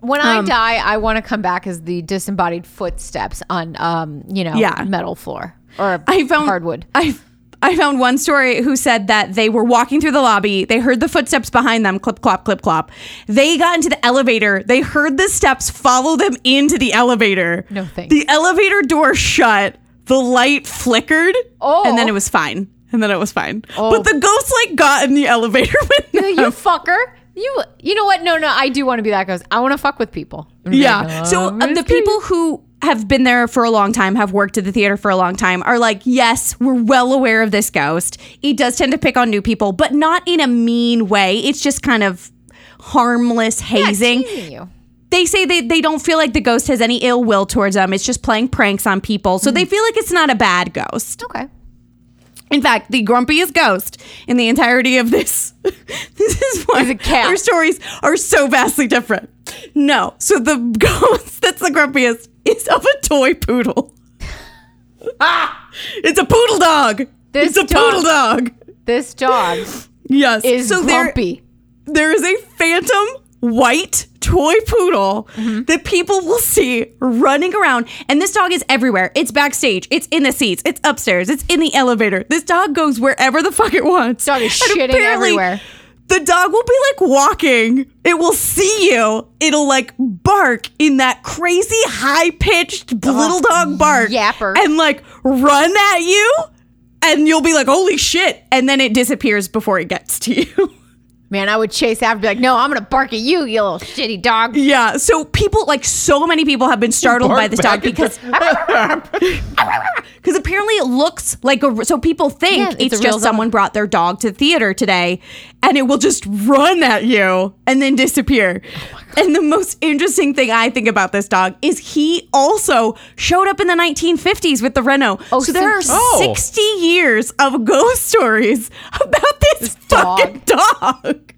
Speaker 3: when I die, I want to come back as the disembodied footsteps on, um, you know,
Speaker 2: Yeah.
Speaker 3: metal floor. or a
Speaker 2: I found
Speaker 3: hardwood.
Speaker 2: I I found one story who said that they were walking through the lobby. They heard the footsteps behind them, clip clop, clip clop. They got into the elevator. They heard the steps follow them into the elevator.
Speaker 3: No thanks.
Speaker 2: The elevator door shut. The light flickered.
Speaker 3: Oh.
Speaker 2: and then it was fine. And then it was fine.
Speaker 3: Oh.
Speaker 2: But the ghost like got in the elevator with them.
Speaker 3: you fucker. You you know what? No, no, I do want to be that ghost. I want to fuck with people. I'm like,
Speaker 2: Yeah. So
Speaker 3: "Oh,
Speaker 2: um, the
Speaker 3: Miss
Speaker 2: people who have been there for a long time, have worked at the theater for a long time, are like, yes, we're well aware of this ghost. It does tend to pick on new people, but not in a mean way. It's just kind of harmless hazing.
Speaker 3: teasing you.
Speaker 2: they say they, they don't feel like the ghost has any ill will towards them. It's just playing pranks on people. So they feel like it's not a bad ghost.
Speaker 3: Okay.
Speaker 2: In fact, the grumpiest ghost in the entirety of this this is why
Speaker 3: Is a cat.
Speaker 2: our stories are so vastly different. No, so the ghost that's the grumpiest is of a toy poodle. ah, it's a poodle dog.
Speaker 3: This
Speaker 2: it's a
Speaker 3: dog-
Speaker 2: poodle dog.
Speaker 3: This dog
Speaker 2: Yes,
Speaker 3: is
Speaker 2: there-
Speaker 3: grumpy.
Speaker 2: there is a phantom white toy poodle
Speaker 3: Mm-hmm.
Speaker 2: that people will see running around and this dog is everywhere it's backstage it's in the seats it's upstairs it's in the elevator this dog goes wherever the fuck it wants
Speaker 3: Dog is
Speaker 2: And
Speaker 3: shitting
Speaker 2: apparently,
Speaker 3: everywhere.
Speaker 2: the dog will be like walking it will see you it'll like bark in that crazy high-pitched little dog bark
Speaker 3: yapper.
Speaker 2: and like run at you and you'll be like holy shit and then it disappears before it gets to you
Speaker 3: Man, I would chase after, be like, no, I'm gonna bark at you, you little shitty dog.
Speaker 2: Yeah. So people, like so many people, have been startled by
Speaker 1: Bark
Speaker 2: this
Speaker 1: back
Speaker 2: dog because because apparently it looks like a. So people think
Speaker 3: Yeah,
Speaker 2: it's,
Speaker 3: it's a real
Speaker 2: just
Speaker 3: dog.
Speaker 2: someone brought their dog to the theater today, and it will just run at you and then disappear.
Speaker 3: Oh
Speaker 2: and the most interesting thing I think about this dog is he also showed up in the 1950s with the Reno.
Speaker 3: Oh,
Speaker 2: so there are
Speaker 3: so-
Speaker 1: Oh.
Speaker 2: 60 years of ghost stories about this,
Speaker 3: dog.
Speaker 2: fucking dog.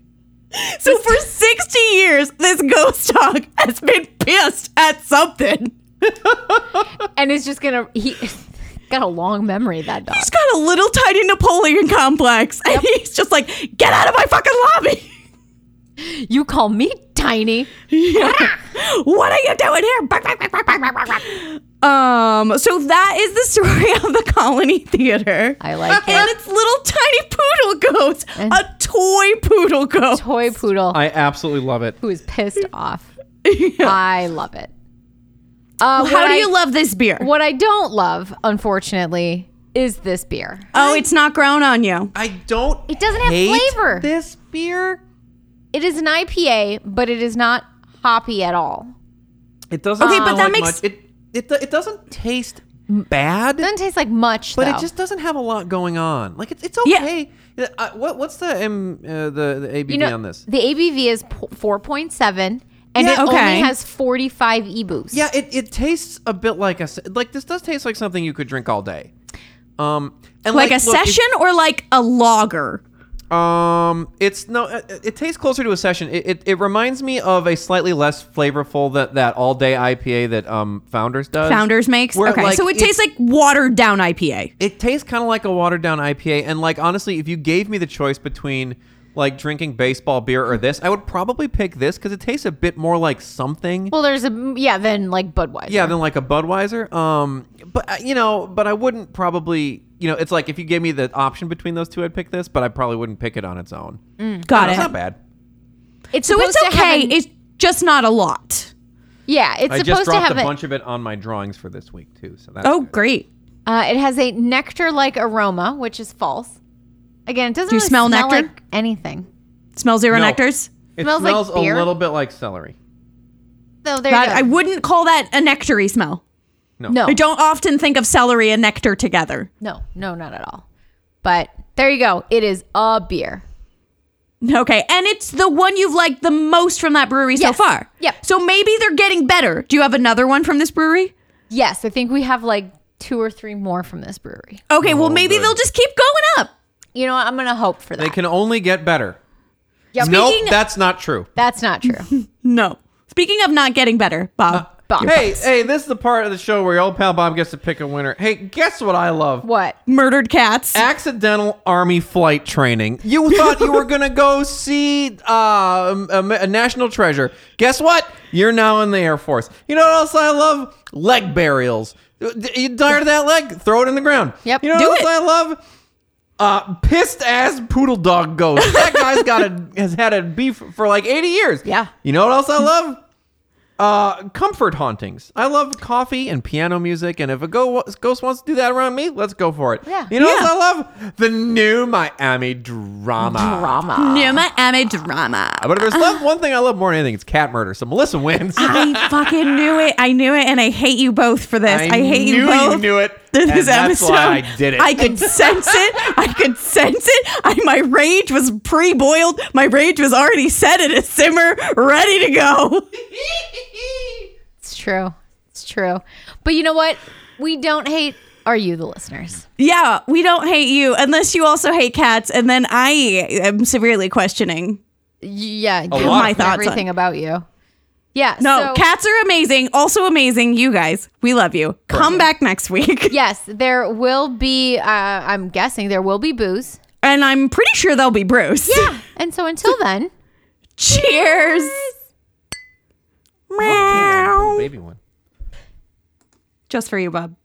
Speaker 2: So for 60 years, this ghost dog has been pissed at something.
Speaker 3: And it's just gonna he got a long memory that dog.
Speaker 2: He's got a little tiny Napoleon complex, and he's just like, get out of my fucking lobby.
Speaker 3: You call me tiny.
Speaker 2: what are you doing here? Bark, bark, bark, bark, bark, bark, bark, bark. Um, so that is the story of the Colony Theater.
Speaker 3: I like
Speaker 2: and
Speaker 3: it.
Speaker 2: its little tiny poodle ghost,
Speaker 3: And-
Speaker 2: a toy poodle ghost.
Speaker 3: Toy poodle
Speaker 1: I absolutely love it.
Speaker 3: who is pissed off. I love it.
Speaker 2: How
Speaker 3: Uh, what
Speaker 2: do
Speaker 3: I-
Speaker 2: you love this beer?
Speaker 3: What I don't love, unfortunately, is this beer.
Speaker 2: Oh, it's not grown on you.
Speaker 1: I don't.
Speaker 3: It doesn't have
Speaker 1: hate
Speaker 3: flavor.
Speaker 1: This beer.
Speaker 3: It is an IPA, but it is not hoppy at all.
Speaker 1: It doesn't.
Speaker 2: Okay,
Speaker 1: smell
Speaker 2: but that
Speaker 1: like
Speaker 2: makes-
Speaker 1: much. it. It do- it doesn't taste bad,
Speaker 3: It doesn't taste like much,
Speaker 1: but
Speaker 3: though.
Speaker 1: it just doesn't have a lot going on. Like it's it's
Speaker 2: Yeah.
Speaker 1: okay. Yeah, Uh, what what's the um, uh, the, the ABV
Speaker 3: you know,
Speaker 1: on this?
Speaker 3: the ABV is po- 4.7, and
Speaker 1: Yeah,
Speaker 3: it
Speaker 2: okay.
Speaker 3: only has E 45 eBoos.
Speaker 1: Yeah, it, it tastes a bit like a s- like this does taste like something you could drink all day. Um, and
Speaker 2: Like, a
Speaker 1: look, it-
Speaker 2: session or like a lager?
Speaker 1: Um, it's no. It, it tastes closer to a session. It, it, it reminds me of a slightly less flavorful that that all day IPA that um Founders does.
Speaker 2: Founders makes.
Speaker 1: Where,
Speaker 2: okay,
Speaker 1: like,
Speaker 2: so it
Speaker 1: it's-
Speaker 2: tastes like watered down IPA.
Speaker 1: It tastes kind of like a watered down IPA. And like honestly, if you gave me the choice between like drinking baseball beer or this, I would probably pick this because it tastes a bit more like something.
Speaker 3: Well, there's a, yeah, then like Budweiser.
Speaker 1: yeah, than like a Budweiser. Um, but uh, you know, but I wouldn't probably. You know, it's like if you gave me the option between those two, I'd pick this, but I probably wouldn't pick it on its own.
Speaker 2: Got
Speaker 1: It's not
Speaker 2: it.
Speaker 1: bad.
Speaker 3: It's
Speaker 2: So it's
Speaker 3: supposed to have
Speaker 2: okay.
Speaker 3: an-
Speaker 2: it's just not a lot.
Speaker 3: yeah, it's
Speaker 1: I just
Speaker 3: supposed to
Speaker 1: dropped
Speaker 3: have
Speaker 1: a
Speaker 3: a-
Speaker 1: bunch of it on my drawings for this week too. So that's
Speaker 2: Oh,
Speaker 1: good.
Speaker 2: great.
Speaker 3: Uh, it has a nectar-like aroma, which is false. Again, it doesn't.
Speaker 2: Do you
Speaker 3: really
Speaker 2: smell nectar?
Speaker 3: like anything.
Speaker 2: Smell zero
Speaker 1: No.
Speaker 2: nectars.
Speaker 1: It
Speaker 3: Smells
Speaker 1: smells,
Speaker 3: like beer.
Speaker 1: a little bit like celery.
Speaker 3: So there
Speaker 2: That,
Speaker 3: you go.
Speaker 2: I wouldn't call that a nectary smell.
Speaker 3: no,
Speaker 2: I don't often think of celery and nectar together.
Speaker 3: no, no, not at all. But there you go. It is a beer.
Speaker 2: Okay, and it's the one you've liked the most from that brewery
Speaker 3: Yes.
Speaker 2: so far.
Speaker 3: Yep.
Speaker 2: So maybe they're getting better. Do you have another one from this brewery?
Speaker 3: Yes, I think we have like two or three more from this brewery.
Speaker 2: Okay, well
Speaker 1: Oh,
Speaker 2: maybe
Speaker 1: good.
Speaker 2: they'll just keep going up.
Speaker 3: You know, what? I'm gonna hope for that.
Speaker 1: They can only get better.
Speaker 3: Yep.
Speaker 1: Nope,
Speaker 2: Speaking-
Speaker 1: that's not true.
Speaker 3: That's not true.
Speaker 2: No. Speaking of not getting better, Bob.
Speaker 3: Bob,
Speaker 1: Hey, hey, this is the part of the show where your old pal Bob gets to pick a winner. Hey, guess what I love?
Speaker 3: what?
Speaker 2: murdered cats.
Speaker 1: Uh, Accidental Army flight training. You thought you were gonna go see uh, a, a national treasure. Guess what? You're now in the Air Force. You know what else I love? Leg burials. You tired of that leg? Throw it in the ground.
Speaker 3: Yep,
Speaker 1: You know
Speaker 3: do
Speaker 1: what else
Speaker 2: it.
Speaker 1: I love? Uh, pissed ass poodle dog ghost. That guy's got a has had a beef for like eighty years.
Speaker 3: Yeah.
Speaker 1: You know what else I love? Uh, comfort hauntings. I love coffee and piano music, and if a go- ghost wants to do that around me, let's go for it.
Speaker 3: Yeah.
Speaker 1: You know
Speaker 2: Yeah.
Speaker 1: what else I love? The new Miami drama.
Speaker 3: Drama.
Speaker 2: New Miami drama.
Speaker 1: But if there's love, one thing I love more than anything, it's cat murder. So Melissa wins.
Speaker 2: I fucking knew it. I knew it, and I hate you both for this. I, hate
Speaker 1: knew
Speaker 2: you both.
Speaker 1: You knew it.
Speaker 2: This
Speaker 1: and that's
Speaker 2: episode,
Speaker 1: why I did it.
Speaker 2: I could sense it. I could sense it. I, my rage was pre-boiled. My rage was already set at a simmer, ready to go.
Speaker 3: It's true. It's true. But you know what? We don't hate. Are you the listeners?
Speaker 2: Yeah, we don't hate you unless you also hate cats, and then I am severely questioning
Speaker 3: Y- Yeah.
Speaker 1: lot.
Speaker 3: you-
Speaker 2: my thoughts.
Speaker 3: Everything
Speaker 2: On.
Speaker 3: about you. Yeah.
Speaker 2: No,
Speaker 3: so-
Speaker 2: cats are amazing. Also amazing, you guys. We love you. Come back next week,
Speaker 3: Yes, there will be. Uh, I'm guessing there will be booze.
Speaker 2: and I'm pretty sure they'll be Bruce.
Speaker 3: And so until then.
Speaker 2: Cheers. Meow.
Speaker 1: Baby one.
Speaker 2: Just for you, Bob.